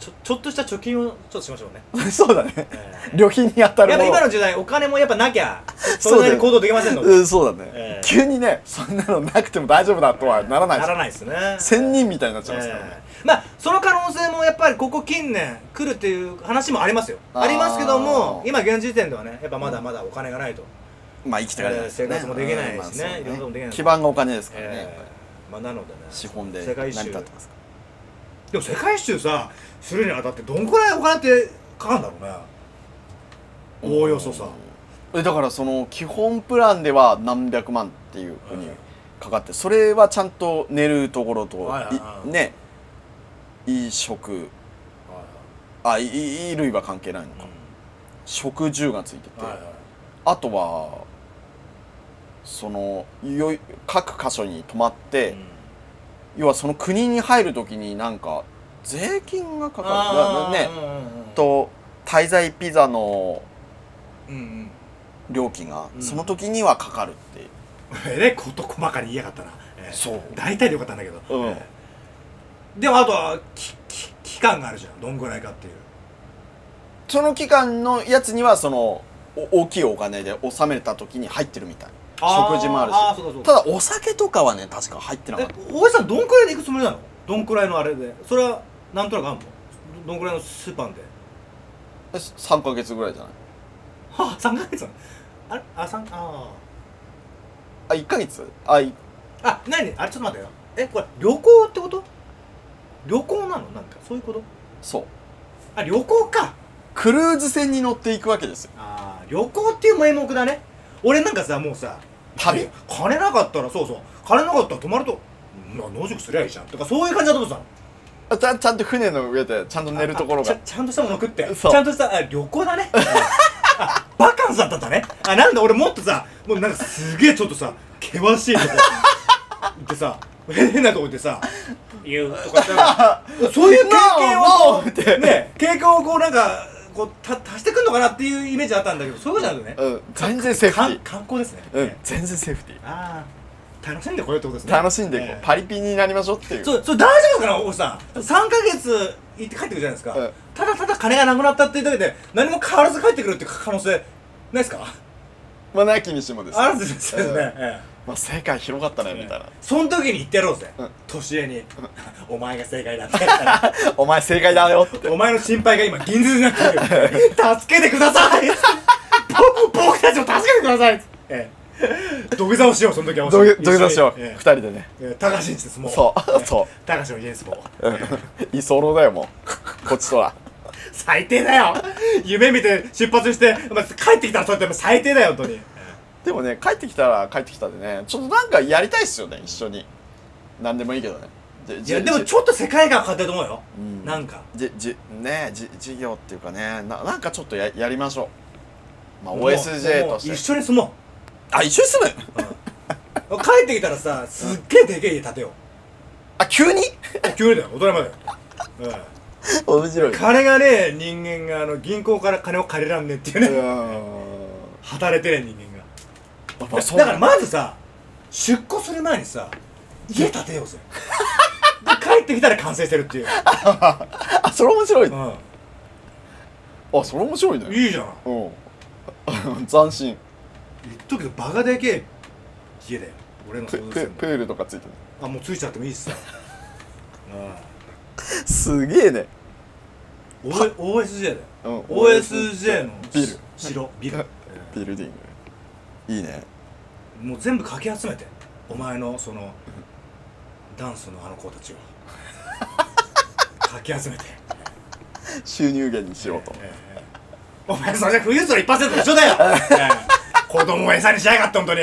[SPEAKER 2] ちょちょっとした貯金をちょっとしましょうね、
[SPEAKER 3] [laughs] そうだね
[SPEAKER 2] えー
[SPEAKER 3] 旅費に当たる
[SPEAKER 2] やっ
[SPEAKER 3] も
[SPEAKER 2] ぱ
[SPEAKER 3] の
[SPEAKER 2] 今の時代お金もやっぱなきゃ
[SPEAKER 3] そ
[SPEAKER 2] そ
[SPEAKER 3] うんだ
[SPEAKER 2] な
[SPEAKER 3] よ
[SPEAKER 2] に行動できませんので
[SPEAKER 3] うんそうだね、
[SPEAKER 2] ええ
[SPEAKER 3] 急にねそんなのなくても大丈夫だとはならない
[SPEAKER 2] な
[SPEAKER 3] です
[SPEAKER 2] らないですね
[SPEAKER 3] 仙人みたいになっちゃいますからね、
[SPEAKER 2] ええまあその可能性もやっぱりここ近年来るっていう話もありますよ
[SPEAKER 3] あー
[SPEAKER 2] ありますけども今現時点ではねやっぱまだまだお金がないと、
[SPEAKER 3] まあ生きていかれないですよね、
[SPEAKER 2] えー生活もできないしね
[SPEAKER 3] うんまあそうだ
[SPEAKER 2] いろんなこともできない
[SPEAKER 3] 基盤がお金ですからね、や
[SPEAKER 2] え
[SPEAKER 3] っぱり
[SPEAKER 2] えまあなのでね
[SPEAKER 3] 資本で成
[SPEAKER 2] 世
[SPEAKER 3] り
[SPEAKER 2] 界
[SPEAKER 3] 立
[SPEAKER 2] 中
[SPEAKER 3] ってますか
[SPEAKER 2] でも世界一周さするにあたってどんくらいお金ってかかるんだろうね
[SPEAKER 3] ら
[SPEAKER 2] おおよそさ
[SPEAKER 3] えだからその基本プランでは何百万っていうふうに
[SPEAKER 2] はい
[SPEAKER 3] かかってそれはちゃんと寝るところと、
[SPEAKER 2] はいはいはい
[SPEAKER 3] いね衣食あいい衣類は関係ないのか、食住がついてて、あとはそのよい各箇所に泊まって、要はその国に入るときになんか税金がかかるだね、と滞在ピザの
[SPEAKER 2] うんうん
[SPEAKER 3] 料金が
[SPEAKER 2] うん
[SPEAKER 3] その時にはかかるって、
[SPEAKER 2] えれいこと細かに言いやがったな、ええ
[SPEAKER 3] そう
[SPEAKER 2] 大体でよかったんだけど、
[SPEAKER 3] うん
[SPEAKER 2] ええでもあとはきき期間があるじゃんどんぐらいかっていう
[SPEAKER 3] その期間のやつにはそのお大きいお金で納めた時に入ってるみたい
[SPEAKER 2] あー
[SPEAKER 3] 食事もあるした
[SPEAKER 2] そうだそう
[SPEAKER 3] た
[SPEAKER 2] だ
[SPEAKER 3] だお酒とかはね確か入ってなかっ
[SPEAKER 2] え
[SPEAKER 3] た
[SPEAKER 2] 大江さんどんくらいで行くつもりなのどんくらいのあれでそれはなんとなくあんのどんくらいのスーパーで
[SPEAKER 3] え3ヶ月ぐらいじゃない
[SPEAKER 2] はあ3ヶ月なのあれあ三あ
[SPEAKER 3] あ1ヶ月あい
[SPEAKER 2] ああ何あれちょっと待ってよえこれ旅行ってこと旅行なのなんかそういうこと
[SPEAKER 3] そう
[SPEAKER 2] あ旅行か
[SPEAKER 3] クルーズ船に乗っていくわけですよ
[SPEAKER 2] あー旅行っていう名目だね俺なんかさもうさ
[SPEAKER 3] 旅
[SPEAKER 2] 金なかったらそうそう金なかったら泊まるとまあ野宿すりゃいいじゃんとかそういう感じだと思ってたの
[SPEAKER 3] あちゃんちゃんと船の上でちゃんと寝るところ
[SPEAKER 2] あちゃ
[SPEAKER 3] が
[SPEAKER 2] ちゃんとしたもの食ってち
[SPEAKER 3] そう
[SPEAKER 2] ゃんとしたあ旅行
[SPEAKER 3] [laughs]
[SPEAKER 2] だねあバカンスだったんだねあなんだ俺もっとさもうなんかすげえちょっとさ険しいとこ [laughs] 行ってさ変なとこ行ってさ言うとかさ [laughs] そういう経験をこ
[SPEAKER 3] ノーノーって
[SPEAKER 2] うね経験をこうなんかこうた足してくんのかなっていうイメージあったんだけどそういうことじゃなくてね
[SPEAKER 3] うん全然セー
[SPEAKER 2] か
[SPEAKER 3] フ
[SPEAKER 2] ん
[SPEAKER 3] テ
[SPEAKER 2] 観光ですね、
[SPEAKER 3] ィーうん全然セーフティー
[SPEAKER 2] ああ楽しんでこようってことですね
[SPEAKER 3] 楽しんでいこう、
[SPEAKER 2] ええ
[SPEAKER 3] パリピになりましょうっていう
[SPEAKER 2] そうそう大丈夫かなおじさん3ヶ月行って帰ってくるじゃないですか、
[SPEAKER 3] ええ
[SPEAKER 2] ただただ金がなくなったっていうだけで何も変わらず帰ってくるっていう可能性ないですか
[SPEAKER 3] まあなきにしもです
[SPEAKER 2] あるんですよね、ええ
[SPEAKER 3] まあ世界広かったねみたいな
[SPEAKER 2] その時に言ってやろうぜ、
[SPEAKER 3] うん
[SPEAKER 2] 年上に「お前が正解だ」って
[SPEAKER 3] お前正解だ [laughs] よって
[SPEAKER 2] お前の心配が今銀ずになってる助けてくださ [laughs] いぼ僕たちを助けてください、ええ、土下座をしようその時は
[SPEAKER 3] 土下土下座しよう
[SPEAKER 2] 一緒に
[SPEAKER 3] 二
[SPEAKER 2] ええ
[SPEAKER 3] 人でね
[SPEAKER 2] ええ高橋んちですもう
[SPEAKER 3] そう
[SPEAKER 2] う
[SPEAKER 3] そ
[SPEAKER 2] 高橋の家ですもう
[SPEAKER 3] ううん居候だよもうこっちとら
[SPEAKER 2] 最低だよ夢見て出発して、まあ、帰ってきたらそれって最低だよ本当に
[SPEAKER 3] でもね帰ってきたら帰ってきたでねちょっとなんかやりたいっすよね一緒に何でもいいけどねじ
[SPEAKER 2] いや
[SPEAKER 3] じ
[SPEAKER 2] でもちょっと世界観変わってると思うよ、
[SPEAKER 3] うん
[SPEAKER 2] なんか
[SPEAKER 3] じじねじ事業っていうかねななんかちょっとややりましょうまあ
[SPEAKER 2] もうも
[SPEAKER 3] OSJ
[SPEAKER 2] う
[SPEAKER 3] として
[SPEAKER 2] 一緒に住も
[SPEAKER 3] あ一緒に住
[SPEAKER 2] う、
[SPEAKER 3] む
[SPEAKER 2] うん、帰ってきたらさすっげえでけえ家建てよ
[SPEAKER 3] あ
[SPEAKER 2] [laughs]
[SPEAKER 3] 急に
[SPEAKER 2] う急にだよ大人まで、うん、
[SPEAKER 3] 面白いね
[SPEAKER 2] 金がね人間があの銀行から金を借りらんねえっていう [laughs]
[SPEAKER 3] う
[SPEAKER 2] ね、
[SPEAKER 3] ー
[SPEAKER 2] 働いてねえ人間が
[SPEAKER 3] んまあそう
[SPEAKER 2] だからまずさ出庫する前にさ家建てよう
[SPEAKER 3] [laughs]
[SPEAKER 2] ぜで帰ってきたら完成してるっていう、
[SPEAKER 3] あそれ面白いね
[SPEAKER 2] う
[SPEAKER 3] あそれ面白い
[SPEAKER 2] ん、
[SPEAKER 3] ね
[SPEAKER 2] いいじゃん
[SPEAKER 3] うん [laughs] 斬新
[SPEAKER 2] 言っとくけどバカでけえ家だよ俺の
[SPEAKER 3] プ
[SPEAKER 2] 想像して
[SPEAKER 3] プ
[SPEAKER 2] る
[SPEAKER 3] プールとかついてる
[SPEAKER 2] のあもうついちゃってもいいしさ
[SPEAKER 3] [laughs]
[SPEAKER 2] ああ
[SPEAKER 3] すげえね
[SPEAKER 2] O- OSJ だよ
[SPEAKER 3] うん
[SPEAKER 2] OSJ の
[SPEAKER 3] ビル
[SPEAKER 2] 城ビル
[SPEAKER 3] [laughs] ビルディングいいね
[SPEAKER 2] もう全部かき集めてお前のそのダンスのあの子たちをかき集めて
[SPEAKER 3] 収入源にしようと
[SPEAKER 2] ええお前それ富裕層の1%と一緒
[SPEAKER 3] [laughs]
[SPEAKER 2] だよええ子供を餌にしやがって本当に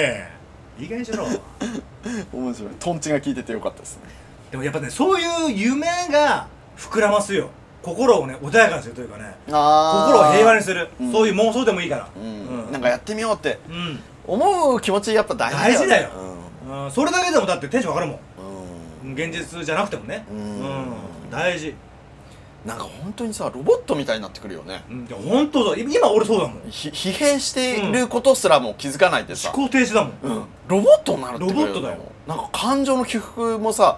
[SPEAKER 2] いい加減にしろ
[SPEAKER 3] 面白いトンチが効いててよかったですね
[SPEAKER 2] でもやっぱねそういう夢が膨らますよ心をね穏やかにするというかね
[SPEAKER 3] あ
[SPEAKER 2] 心を平和にする、
[SPEAKER 3] うん
[SPEAKER 2] そういう妄想でもいいから、
[SPEAKER 3] うん、
[SPEAKER 2] う
[SPEAKER 3] なんかやってみようって
[SPEAKER 2] うん
[SPEAKER 3] 思う気持ちやっぱ大事だよ、ね、
[SPEAKER 2] 大事だようんそれだけでもだってテンション上がるも
[SPEAKER 3] うん、うん
[SPEAKER 2] ん現実じゃなくてもね
[SPEAKER 3] う
[SPEAKER 2] うんん、大事
[SPEAKER 3] なんか本当にさロボットみたいになってくるよね
[SPEAKER 2] うんいや本当だい今俺そうだもん思
[SPEAKER 3] ひ疲弊していることすらも気づかないでさ、
[SPEAKER 2] 考停止だもん、
[SPEAKER 3] うん、ロボットになるってくる
[SPEAKER 2] ロボットだよ
[SPEAKER 3] なんか感情の起伏もさ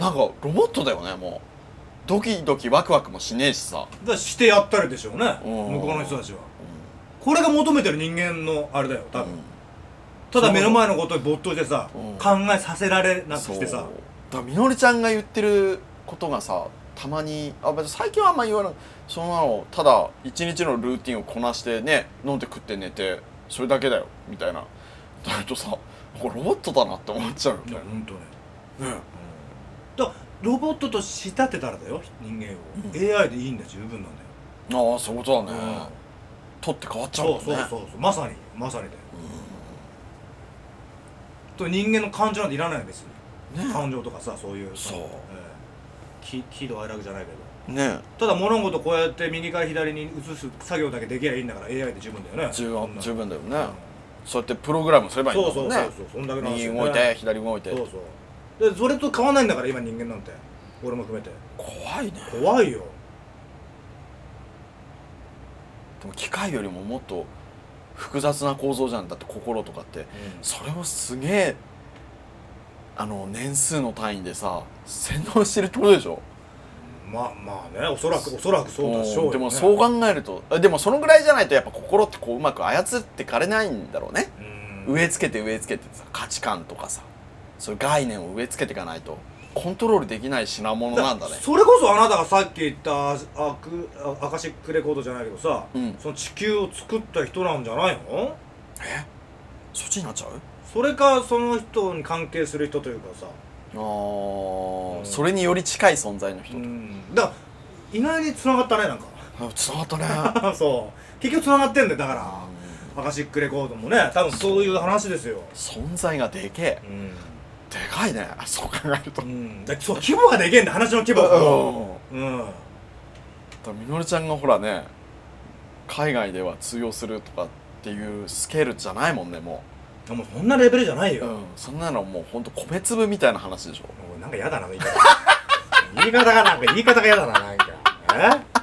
[SPEAKER 3] なんかロボットだよねもうドキドキワクワクもしねえしさ、
[SPEAKER 2] らしてやったりでしょうね
[SPEAKER 3] うん
[SPEAKER 2] 向こうの人たちは
[SPEAKER 3] う
[SPEAKER 2] これが求めてる人間のあれだよ多分、
[SPEAKER 3] ん
[SPEAKER 2] ただ目の前のことに没頭してさ、
[SPEAKER 3] うん
[SPEAKER 2] 考えさせられなくして
[SPEAKER 3] そう
[SPEAKER 2] さ
[SPEAKER 3] だからみのりちゃんが言ってることがさたまにあ別に最近はあんま言わないそんなのただ一日のルーティンをこなしてね飲んで食って寝てそれだけだよみたいなだるとさこれロボットだなって思っちゃうよ
[SPEAKER 2] い
[SPEAKER 3] ね
[SPEAKER 2] や本当ね
[SPEAKER 3] ね
[SPEAKER 2] だからロボットと仕立てたらだよ人間を、
[SPEAKER 3] う
[SPEAKER 2] AI でいいんだ十分なんだ
[SPEAKER 3] ああそういうことだ
[SPEAKER 2] よ、
[SPEAKER 3] ね
[SPEAKER 2] うん
[SPEAKER 3] 取って変わっちゃう
[SPEAKER 2] そ
[SPEAKER 3] もん
[SPEAKER 2] う
[SPEAKER 3] ね
[SPEAKER 2] そうそうそうまさにまさにだよ、と人間の感情なんていらないよ別に、
[SPEAKER 3] ね
[SPEAKER 2] 感情とかさそういう
[SPEAKER 3] そう
[SPEAKER 2] ええき喜怒哀楽じゃないけど
[SPEAKER 3] ね
[SPEAKER 2] ただ物事こうやって右から左に移す作業だけできりゃいいんだから AI で十分だよね
[SPEAKER 3] 十
[SPEAKER 2] そん
[SPEAKER 3] 分
[SPEAKER 2] な
[SPEAKER 3] 十分だよ
[SPEAKER 2] う
[SPEAKER 3] ね
[SPEAKER 2] ん
[SPEAKER 3] そうやってプログラムすればいいん
[SPEAKER 2] そうそ
[SPEAKER 3] だもん
[SPEAKER 2] う
[SPEAKER 3] ね
[SPEAKER 2] そうそうそんだけの話だ
[SPEAKER 3] 右
[SPEAKER 2] よね
[SPEAKER 3] 動いて左動いて
[SPEAKER 2] そうそうでそれと変わんないんだから今人間なんて俺も含めて
[SPEAKER 3] 怖いね
[SPEAKER 2] 怖いよ
[SPEAKER 3] でも機械よりももっと複雑な構造じゃんだって心とかってそれをすげえあの年数の単位でさ洗脳してるってことでしょ
[SPEAKER 2] まあまあねおそらくおそらくそうでしょうよ、
[SPEAKER 3] ん
[SPEAKER 2] ね、
[SPEAKER 3] でもそう考えるとあでもそのぐらいじゃないとやっぱ心ってこううまく操ってかれないんだろうね、
[SPEAKER 2] うん
[SPEAKER 3] 植え付けて植え付けてさ価値観とかさそういう概念を植え付けていかないとコントロールできない品物なんだね
[SPEAKER 2] それこそあなたがさっき言ったアアクアアカシックレコードじゃないけどさ、
[SPEAKER 3] うん
[SPEAKER 2] その地球を作った人なんじゃないの
[SPEAKER 3] えそっちになっちゃう
[SPEAKER 2] それかその人に関係する人というかさ、
[SPEAKER 3] あー、
[SPEAKER 2] うん
[SPEAKER 3] それにより近い存在の人と、
[SPEAKER 2] ん、だから意外に繋がったねなん
[SPEAKER 3] あつながった [laughs] ね、
[SPEAKER 2] か [laughs] そう結局繋がってんだよだから、アカシックレコードもね多分そういう話ですよ
[SPEAKER 3] 存在がでけえ
[SPEAKER 2] うん、
[SPEAKER 3] でかいねそう考えると
[SPEAKER 2] うん、だそう規模がでけえんだ話の規模がうん
[SPEAKER 3] だからみのるちゃんがほらね海外では通用するとかっていうスケールじゃないもんねも、
[SPEAKER 2] でもうそんなレベルじゃないうよ、
[SPEAKER 3] そんなのもうほんと米粒みたいな話でしょ
[SPEAKER 2] おいなんか嫌だな、言 [laughs] い方。言い方がなんか、言い方が嫌だな、なんか。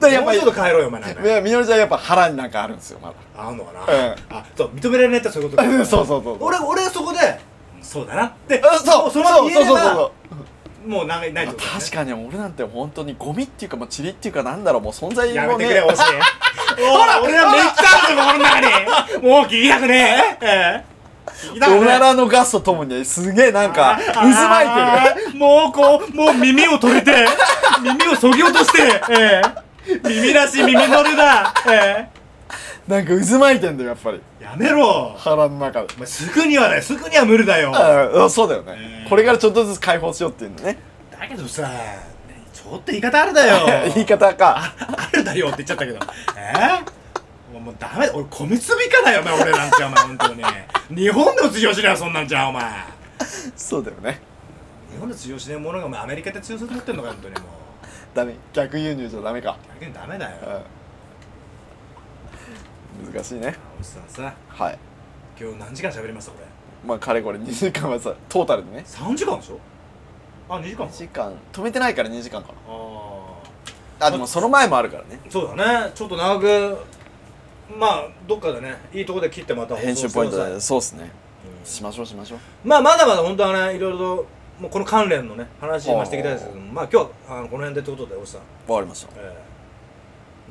[SPEAKER 3] だ
[SPEAKER 2] えもうちょっと変えろよ、お前なんか
[SPEAKER 3] い。やみのるちゃんやっぱ腹になんかあるんですよま
[SPEAKER 2] あんのかな、
[SPEAKER 3] うん
[SPEAKER 2] あ、そう、認められないってそういうこと
[SPEAKER 3] だ
[SPEAKER 2] か。
[SPEAKER 3] そうそうそう
[SPEAKER 2] 俺、俺そこで、そうだなって、
[SPEAKER 3] あそ
[SPEAKER 2] そ
[SPEAKER 3] うそう
[SPEAKER 2] のま
[SPEAKER 3] そ
[SPEAKER 2] ま
[SPEAKER 3] う
[SPEAKER 2] 言
[SPEAKER 3] そう
[SPEAKER 2] えれば
[SPEAKER 3] そう
[SPEAKER 2] もうなんかいないってことだね
[SPEAKER 3] 確かに俺なんて本当にゴミっていうかもう塵っていうかなんだろうもう存在
[SPEAKER 2] や
[SPEAKER 3] も
[SPEAKER 2] めてくれ
[SPEAKER 3] ね
[SPEAKER 2] よ、惜
[SPEAKER 3] [laughs]
[SPEAKER 2] しい。ほら、俺らめっちゃあるぞ、心の中に。もう聞きたくねえ。ええ聞きたくねえ
[SPEAKER 3] おならのガスとともにねすげえなんか渦巻いてる
[SPEAKER 2] てる。もうこう、もう耳を取れて、耳をそぎ落として、ええ耳らしい耳のるだ。え
[SPEAKER 3] なんか渦巻いてんだよやっぱり
[SPEAKER 2] えやめろ。
[SPEAKER 3] 腹の中で
[SPEAKER 2] お前すぐにはないすぐには無理だよだ
[SPEAKER 3] ああそうだよね、
[SPEAKER 2] うん
[SPEAKER 3] これからちょっとずつ解放しようっていうのね
[SPEAKER 2] けどさちょっと言い方あるだよ
[SPEAKER 3] [laughs] 言い方か
[SPEAKER 2] あるだよって言っちゃったけどえー、もうもうダメだ俺米粒以下だよな俺なんてお前本当に日本でも通用しないよそんなんじゃお前
[SPEAKER 3] そうだよね
[SPEAKER 2] 日本で通用しないものがお前アメリカで通用すると思ってんのか本当にもう
[SPEAKER 3] ダメ逆輸入じゃダメか、
[SPEAKER 2] 逆にダメだよ
[SPEAKER 3] うん、難しいね
[SPEAKER 2] おじさんさ
[SPEAKER 3] はい
[SPEAKER 2] 今日何時間喋りましたこれ
[SPEAKER 3] まあかれこれ2時間はさトータルでね
[SPEAKER 2] 3時間でしょあ2時間
[SPEAKER 3] 2時間止めてないから2時間か
[SPEAKER 2] ああ
[SPEAKER 3] なあでもその前もあるからね
[SPEAKER 2] そうだねちょっと長くまあどっかでねいいとこで切ってまた放送
[SPEAKER 3] 編集
[SPEAKER 2] して
[SPEAKER 3] ポイン
[SPEAKER 2] く
[SPEAKER 3] ト
[SPEAKER 2] ださい
[SPEAKER 3] でそうっすね
[SPEAKER 2] うん
[SPEAKER 3] しましょうしましょう
[SPEAKER 2] まあまだまだ本当はねいろいろともうこの関連のね話今していきたいですけどもまあ今日はあのこの辺でということでおじさん、
[SPEAKER 3] 終わかりました
[SPEAKER 2] え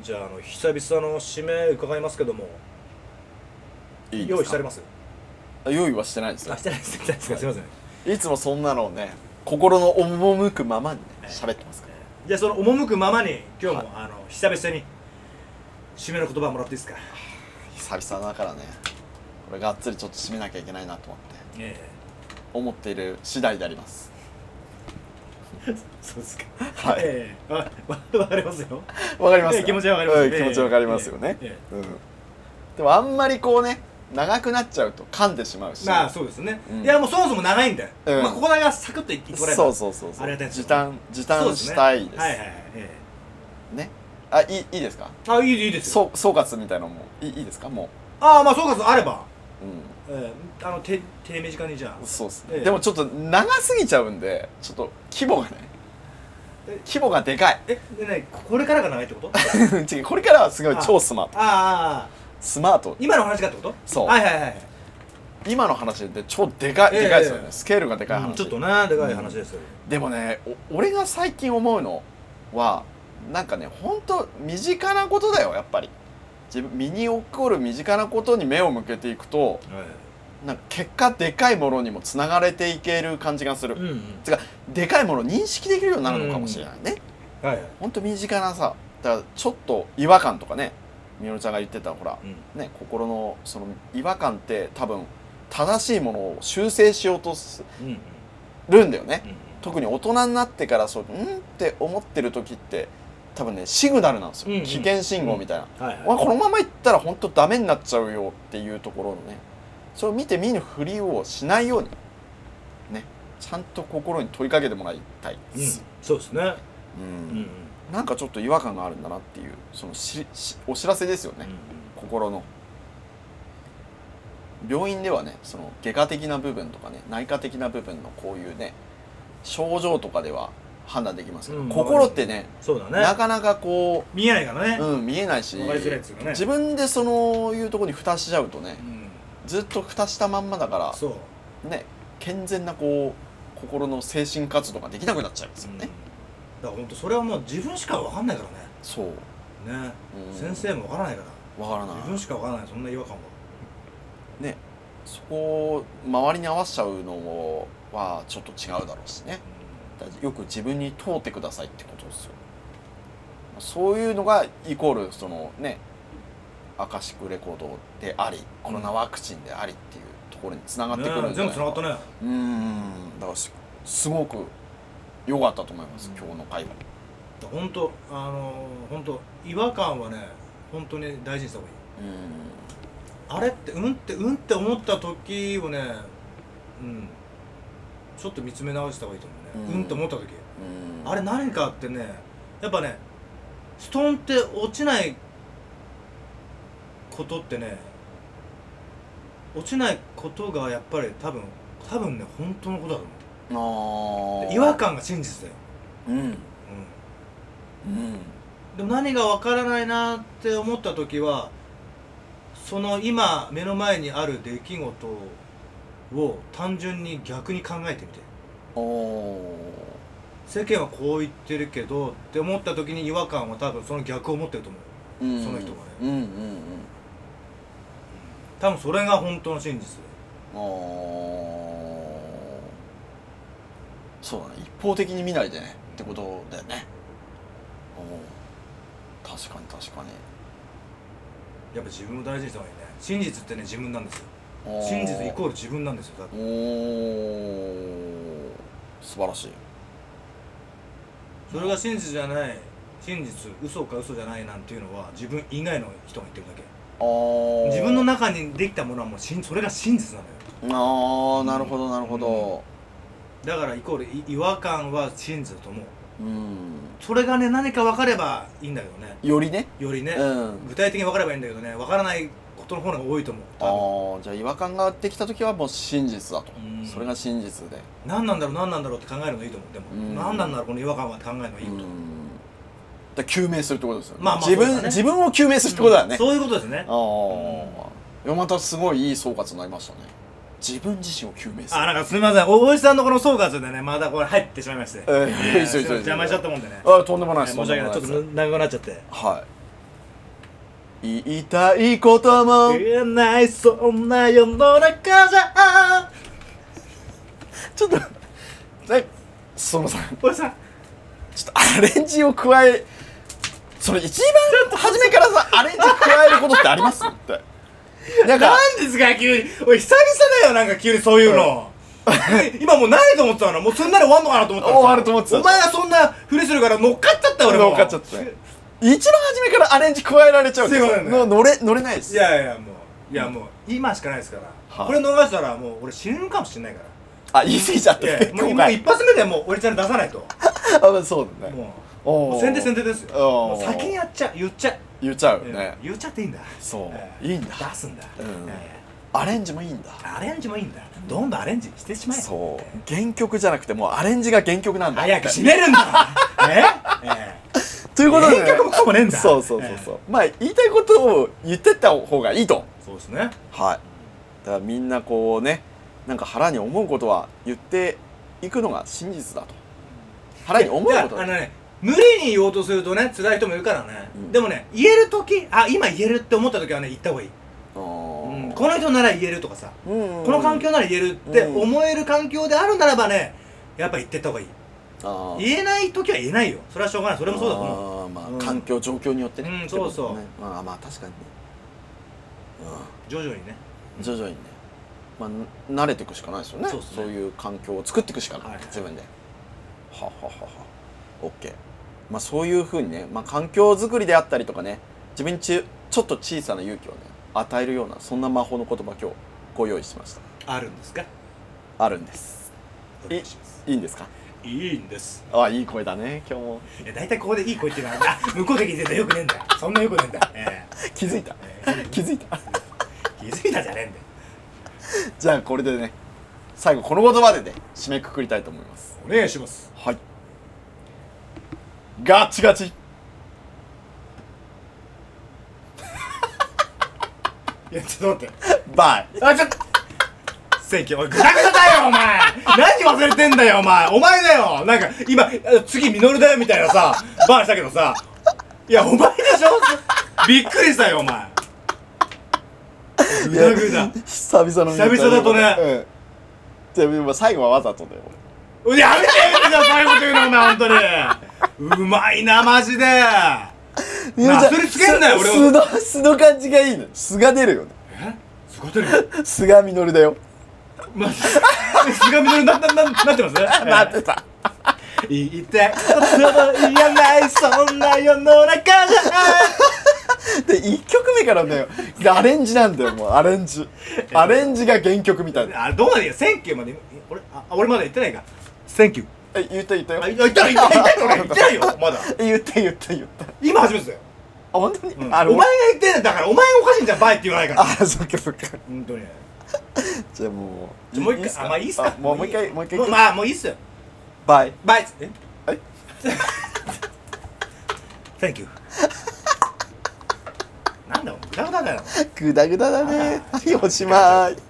[SPEAKER 2] えじゃああの久々の締め伺いますけども
[SPEAKER 3] いいですか
[SPEAKER 2] 用意してあります
[SPEAKER 3] あ用意はしてないですよ
[SPEAKER 2] あしてないですしてないですかすいません
[SPEAKER 3] いつもそんなのをね心の赴くままにね喋ってますから
[SPEAKER 2] じゃあその赴くままに今日も、あの久々に締めの言葉もらっていいですか
[SPEAKER 3] 久々だからねこれがっつりちょっと締めなきゃいけないなと思って
[SPEAKER 2] え
[SPEAKER 3] 思っている次第であります
[SPEAKER 2] えそうですか
[SPEAKER 3] はい
[SPEAKER 2] ええわわかりますよ
[SPEAKER 3] わかります
[SPEAKER 2] ええ気持ちはわかります
[SPEAKER 3] うん気持ちわかりますよね、
[SPEAKER 2] えええ
[SPEAKER 3] うん、でもあんまりこうね長くなっちゃうと噛んでしまうし
[SPEAKER 2] まあそうですね、
[SPEAKER 3] うん
[SPEAKER 2] いやもうそもそも長いんで、
[SPEAKER 3] うん
[SPEAKER 2] まあここだけはサクッといってもらえば
[SPEAKER 3] そうそうそうそう
[SPEAKER 2] ありがたいです
[SPEAKER 3] 時短時短
[SPEAKER 2] そう
[SPEAKER 3] したいです
[SPEAKER 2] ね
[SPEAKER 3] ね
[SPEAKER 2] はいはいはい、え
[SPEAKER 3] あいいいいですか
[SPEAKER 2] えあいいいいですよ
[SPEAKER 3] そう総括みたいなのもいいいですかも
[SPEAKER 2] ああまあ総括あれば、
[SPEAKER 3] う、
[SPEAKER 2] ええあの手手短にじゃ
[SPEAKER 3] うん、
[SPEAKER 2] あ
[SPEAKER 3] そうっすね、
[SPEAKER 2] ええ
[SPEAKER 3] でもちょっと長すぎちゃうんでちょっと規模がね
[SPEAKER 2] え
[SPEAKER 3] 規模がでかい [laughs]
[SPEAKER 2] えでねこれからが長いってことあ
[SPEAKER 3] 違うこれからはすごい
[SPEAKER 2] あ
[SPEAKER 3] 超スマート
[SPEAKER 2] あああ
[SPEAKER 3] スマート
[SPEAKER 2] 今の話がってこと
[SPEAKER 3] そう
[SPEAKER 2] はいはいはい
[SPEAKER 3] 今の話で超でかい、
[SPEAKER 2] ええ
[SPEAKER 3] でかいですよね
[SPEAKER 2] ええ
[SPEAKER 3] スケールがでかい話、
[SPEAKER 2] うんちょっとねでかい話ですよ、
[SPEAKER 3] でもねお俺が最近思うのはなんかね本当身近なことだよやっぱり自分身に起こる身近なことに目を向けていくと
[SPEAKER 2] はい
[SPEAKER 3] なんか結果でかいものにもつながれていける感じがする、
[SPEAKER 2] うんうん
[SPEAKER 3] でかいものを認識できるようになるのかもしれないね、
[SPEAKER 2] はいはい
[SPEAKER 3] ほんと身近なさだからちょっと違和感とかねみのるちゃんが言ってたほら、
[SPEAKER 2] うん
[SPEAKER 3] ね、心のその違和感って多分正しいものを修正しようとす
[SPEAKER 2] うんうん
[SPEAKER 3] るんだよね、
[SPEAKER 2] うん
[SPEAKER 3] 特に大人になってからそううんって思ってる時って多分ねシグナルなんですよ、
[SPEAKER 2] うんうん
[SPEAKER 3] 危険信号みたいな、
[SPEAKER 2] はい
[SPEAKER 3] お前
[SPEAKER 2] はい
[SPEAKER 3] このまま行ったら本当ダメになっちゃうよっていうところのねそれを見て見ぬふりをしないようにねちゃんと心に問いかけてもらいたいで
[SPEAKER 2] うん
[SPEAKER 3] す、
[SPEAKER 2] そうですね
[SPEAKER 3] う
[SPEAKER 2] うんんうん
[SPEAKER 3] なんかちょっと違和感があるんだなっていうそのししお知らせですよね、心の病院ではねその外科的な部分とかね内科的な部分のこういうね症状とかでは判断できますけど、
[SPEAKER 2] うん
[SPEAKER 3] 心ってね
[SPEAKER 2] そう
[SPEAKER 3] な
[SPEAKER 2] だね
[SPEAKER 3] かなかこ
[SPEAKER 2] 見えないからね
[SPEAKER 3] う、うん、見えないし
[SPEAKER 2] わかりづらいですよね
[SPEAKER 3] 自分でそのいうところに蓋しちゃうとね
[SPEAKER 2] うん
[SPEAKER 3] ずっと蓋したまんまだか
[SPEAKER 2] そう
[SPEAKER 3] らね健全なこう心の精神活動ができなくなっちゃいますよ
[SPEAKER 2] だ
[SPEAKER 3] ね
[SPEAKER 2] か、ら本当それはもう自分しかわかんないから
[SPEAKER 3] そう、
[SPEAKER 2] ねね、
[SPEAKER 3] うん
[SPEAKER 2] 先生もわからないから
[SPEAKER 3] わからない
[SPEAKER 2] 自分しかわからないそんな違和感は
[SPEAKER 3] ねそこを周りに合わせちゃうのはちょっと違うだろうしねだからよく自分に通ってくださいってことですよそういうのがイコールそのねアカシックレコードでありコロナワクチンでありっていうところにつながってくる
[SPEAKER 2] ね
[SPEAKER 3] んじゃ
[SPEAKER 2] 全
[SPEAKER 3] な
[SPEAKER 2] 部
[SPEAKER 3] い
[SPEAKER 2] つながった
[SPEAKER 3] ね
[SPEAKER 2] ね
[SPEAKER 3] うーんだからすすごく良かったと思います、
[SPEAKER 2] うん
[SPEAKER 3] 今日の会話
[SPEAKER 2] 本当あの本当違和感はね本当に大事にした方がいいあ
[SPEAKER 3] うん
[SPEAKER 2] れってうんってうんって思った時をねうんちょっと見つめ直した方がいいと思うね、
[SPEAKER 3] う
[SPEAKER 2] うんんって思った時
[SPEAKER 3] うん
[SPEAKER 2] あれ何かってねやっぱねストンって落ちないことってね落ちないことがやっぱり多分多分ね本当のことだと
[SPEAKER 3] あ
[SPEAKER 2] 思
[SPEAKER 3] ー
[SPEAKER 2] う違和感が真実だよ、
[SPEAKER 3] うんうん
[SPEAKER 2] うん、でも何がわからないなって思った時はその今目の前にある出来事を単純に逆に考えてみて
[SPEAKER 3] おー
[SPEAKER 2] 世間はこう言ってるけどって思った時に違和感は多分その逆を持ってると思う
[SPEAKER 3] うん
[SPEAKER 2] その人がね
[SPEAKER 3] うんうんうん
[SPEAKER 2] 多分それが本当の真実
[SPEAKER 3] あーそうだね一方的に見ないでねってことだよねおー確かに確かに
[SPEAKER 2] やっぱ自分を大事にした方がいいね真実ってね自分なんですよ
[SPEAKER 3] おー
[SPEAKER 2] 真実イコール自分なんですよだって
[SPEAKER 3] おー素晴らしい
[SPEAKER 2] それが真実じゃない真実嘘か嘘じゃないなんていうのは自分以外の人が言ってるだけ
[SPEAKER 3] あー
[SPEAKER 2] 自分の中にできたものはもう真それが真実なのよ
[SPEAKER 3] あーなるほどなるほど
[SPEAKER 2] だからイコールい違和感は真実だと思う
[SPEAKER 3] うん、
[SPEAKER 2] それがね何か分かればいいんだけどね
[SPEAKER 3] よりね
[SPEAKER 2] よりね、
[SPEAKER 3] うん
[SPEAKER 2] 具体的に分かればいいんだけどね分からないことの方が多いと思う多
[SPEAKER 3] あーじゃあ違和感ができた時はもう真実だと
[SPEAKER 2] うん
[SPEAKER 3] それが真実で
[SPEAKER 2] 分何なんだろう何なんだろうって考えるのいいと思うでも、
[SPEAKER 3] うん
[SPEAKER 2] 何なんだろうこの違和感はって考えるのいいと
[SPEAKER 3] うん
[SPEAKER 2] 思う、
[SPEAKER 3] だから究明するってことですよね,、
[SPEAKER 2] まあまあ
[SPEAKER 3] 自
[SPEAKER 2] そう
[SPEAKER 3] 分
[SPEAKER 2] だね
[SPEAKER 3] 自分を究明するってことだよね、
[SPEAKER 2] そういうことですね
[SPEAKER 3] ああ、いやまたすごいいい総括になりましたね自分自身を究明する
[SPEAKER 2] あなんかすみません大石さんのこの総括でねまだこれ入ってしまいまして、
[SPEAKER 3] ええ
[SPEAKER 2] ええ
[SPEAKER 3] いいですよいいですよ
[SPEAKER 2] 邪魔しちゃったもんでね、
[SPEAKER 3] あとんでもない
[SPEAKER 2] え
[SPEAKER 3] です
[SPEAKER 2] 申し訳ないちょ
[SPEAKER 3] と
[SPEAKER 2] っ
[SPEAKER 3] ん
[SPEAKER 2] と
[SPEAKER 3] でもないで
[SPEAKER 2] 長くなっちゃって
[SPEAKER 3] すはい言いたいことも
[SPEAKER 2] 言えないそんな世の中じゃ
[SPEAKER 3] ちょっとえそのさん
[SPEAKER 2] 大石さん
[SPEAKER 3] ちょっとアレンジを加えそれ一番初めからさアレンジ加えることってありますってな
[SPEAKER 2] [laughs]
[SPEAKER 3] んか
[SPEAKER 2] なんですか急におい久々だよなんか急にそういうの、 [laughs] 今もうないと思ってたのもうそれなら終わんのかなと思ったのさ
[SPEAKER 3] 終わると思ってた
[SPEAKER 2] お前がそんなふりするから乗っかっちゃったよ俺も
[SPEAKER 3] 乗っかっちゃった一番初めからアレンジ加えられちゃうんです
[SPEAKER 2] すいま
[SPEAKER 3] よ
[SPEAKER 2] せんね
[SPEAKER 3] の乗れ乗れないです
[SPEAKER 2] いやいやもういやもう今しかないですから、
[SPEAKER 3] はい
[SPEAKER 2] これ逃したらもう俺死ぬかもしれないから
[SPEAKER 3] あ言い過ぎちゃっ
[SPEAKER 2] い
[SPEAKER 3] た
[SPEAKER 2] やいやもう
[SPEAKER 3] 今
[SPEAKER 2] 今
[SPEAKER 3] 回
[SPEAKER 2] 一発目でもう俺ちゃん出さないと
[SPEAKER 3] あそうだね
[SPEAKER 2] もう
[SPEAKER 3] お
[SPEAKER 2] も
[SPEAKER 3] ー
[SPEAKER 2] う先手先手ですよ
[SPEAKER 3] おー
[SPEAKER 2] もう先にやっちゃう言っちゃう
[SPEAKER 3] 言っちゃうよ
[SPEAKER 2] え
[SPEAKER 3] ね
[SPEAKER 2] え言っちゃっていいんだ
[SPEAKER 3] そう
[SPEAKER 2] ええ
[SPEAKER 3] いいんだ
[SPEAKER 2] 出すんだ、
[SPEAKER 3] うん
[SPEAKER 2] え
[SPEAKER 3] アレンジもいいんだ
[SPEAKER 2] えアレンジもいいんだどんどんアレンジしてしまえ
[SPEAKER 3] そう原曲じゃなくてもうアレンジが原曲なんだ
[SPEAKER 2] 早く閉めるん
[SPEAKER 3] [laughs]
[SPEAKER 2] だねええ
[SPEAKER 3] ということでね
[SPEAKER 2] 原曲もクソもねえんだ
[SPEAKER 3] そうそうそうそうまあ言いたいことを言ってった方がいいと
[SPEAKER 2] そうですね
[SPEAKER 3] はいだからみんなこうねなんか腹に思うことは言っていくのが真実だと腹に思うこ
[SPEAKER 2] いや
[SPEAKER 3] と
[SPEAKER 2] あの
[SPEAKER 3] だ
[SPEAKER 2] ね無理に言おうとするとね辛い人もいるからね、
[SPEAKER 3] うん
[SPEAKER 2] でもね言える時あ今言えるって思った時はね言った方がいい、うんこの人なら言えるとかさ、この環境なら言えるって
[SPEAKER 3] うん
[SPEAKER 2] 思える環境であるならばねやっぱ言ってった方がいい、
[SPEAKER 3] で
[SPEAKER 2] 言えない時は言えないよそれはしょうがないそれもそうだと思う
[SPEAKER 3] まあ、
[SPEAKER 2] うん
[SPEAKER 3] 環境状況によってね、
[SPEAKER 2] うんそうそう
[SPEAKER 3] ってことねまあまあ確かにね、
[SPEAKER 2] 徐々にね
[SPEAKER 3] うん、徐々にね、まあ、慣れていくしかないですよね
[SPEAKER 2] そ
[SPEAKER 3] そうう
[SPEAKER 2] っすね
[SPEAKER 3] いう環境を作っていくしかない、
[SPEAKER 2] はい
[SPEAKER 3] 自分でははははは OK まあそういうふうにね、まあ、環境づくりであったりとかね自分にちちょっと小さな勇気をね与えるようなそんな魔法の言葉今日ご用意しました
[SPEAKER 2] あるんですか
[SPEAKER 3] あるんです
[SPEAKER 2] お願いします
[SPEAKER 3] いいんですか
[SPEAKER 2] いいんです
[SPEAKER 3] あいい声だね今日も
[SPEAKER 2] いや大体ここでいい声っていうのはあ向こうで聞いてたらよくねえんだよそんなよくねえ [laughs] んだよ、え
[SPEAKER 3] 気づい [laughs] た
[SPEAKER 2] ええ
[SPEAKER 3] 気づい
[SPEAKER 2] え
[SPEAKER 3] た
[SPEAKER 2] 気づいたじゃねえんだよ
[SPEAKER 3] じゃあこれでね最後この言葉でね締めくくりたいと思います
[SPEAKER 2] お願いします
[SPEAKER 3] はいガチガチ
[SPEAKER 2] いやちょっと待って
[SPEAKER 3] バイ
[SPEAKER 2] あ、ちょっと。正規、おい、ぐちゃぐちゃだよ、お前。何忘れてんだよ、お前。お前だよ。なんか、今、あ次、ミノルだよ、みたいなさ、バーンしたけどさ。いや、お前でしょびっくりしたよ、お前。ぐだぐだ。
[SPEAKER 3] 久々の
[SPEAKER 2] 久々だとね
[SPEAKER 3] うんじゃあもう最後はわざとだよ
[SPEAKER 2] おいやめてやめてよ、そういうこと言うの、お前、ほんとに。うまいな、マジで。
[SPEAKER 3] いや
[SPEAKER 2] な
[SPEAKER 3] じゃあ
[SPEAKER 2] それつけんなよ
[SPEAKER 3] す
[SPEAKER 2] 俺も
[SPEAKER 3] 素の素の感じがいいの素が出るよね
[SPEAKER 2] えすごいてる
[SPEAKER 3] 素が実るだよ
[SPEAKER 2] まず、すがみのるな、な、な、なってます
[SPEAKER 3] 待ってた
[SPEAKER 2] 言いたいこと言えない、そんな世の中じゃない。
[SPEAKER 3] で1曲目からねアレンジなんだよもうアレンジアレンジが原曲みたいな
[SPEAKER 2] あどうまで言うセンキューまで俺あ俺まだ言ってないかセンキュー
[SPEAKER 3] え言った言ったよ
[SPEAKER 2] あ言ったら言った言 [laughs] ったら言ってないよ
[SPEAKER 3] [laughs]
[SPEAKER 2] まだ
[SPEAKER 3] え言った言った言ったあ
[SPEAKER 2] 今初めてだよ、
[SPEAKER 3] 本当に、
[SPEAKER 2] うん、お前
[SPEAKER 3] あれ
[SPEAKER 2] が言ってんだだからお前がおかしいんじゃんバイって言わないから
[SPEAKER 3] あそっかそっか
[SPEAKER 2] 本当に
[SPEAKER 3] じゃあもう
[SPEAKER 2] もう一
[SPEAKER 3] っす
[SPEAKER 2] 回
[SPEAKER 3] か
[SPEAKER 2] あまあいいっすか
[SPEAKER 3] もうもう一回もう一回
[SPEAKER 2] もまあもういいっすよ
[SPEAKER 3] バイ
[SPEAKER 2] バイっつって
[SPEAKER 3] はい
[SPEAKER 2] [laughs] セ
[SPEAKER 3] [laughs]
[SPEAKER 2] ンキューなんだお前グダグダだよ
[SPEAKER 3] グダグダだねはいおしまい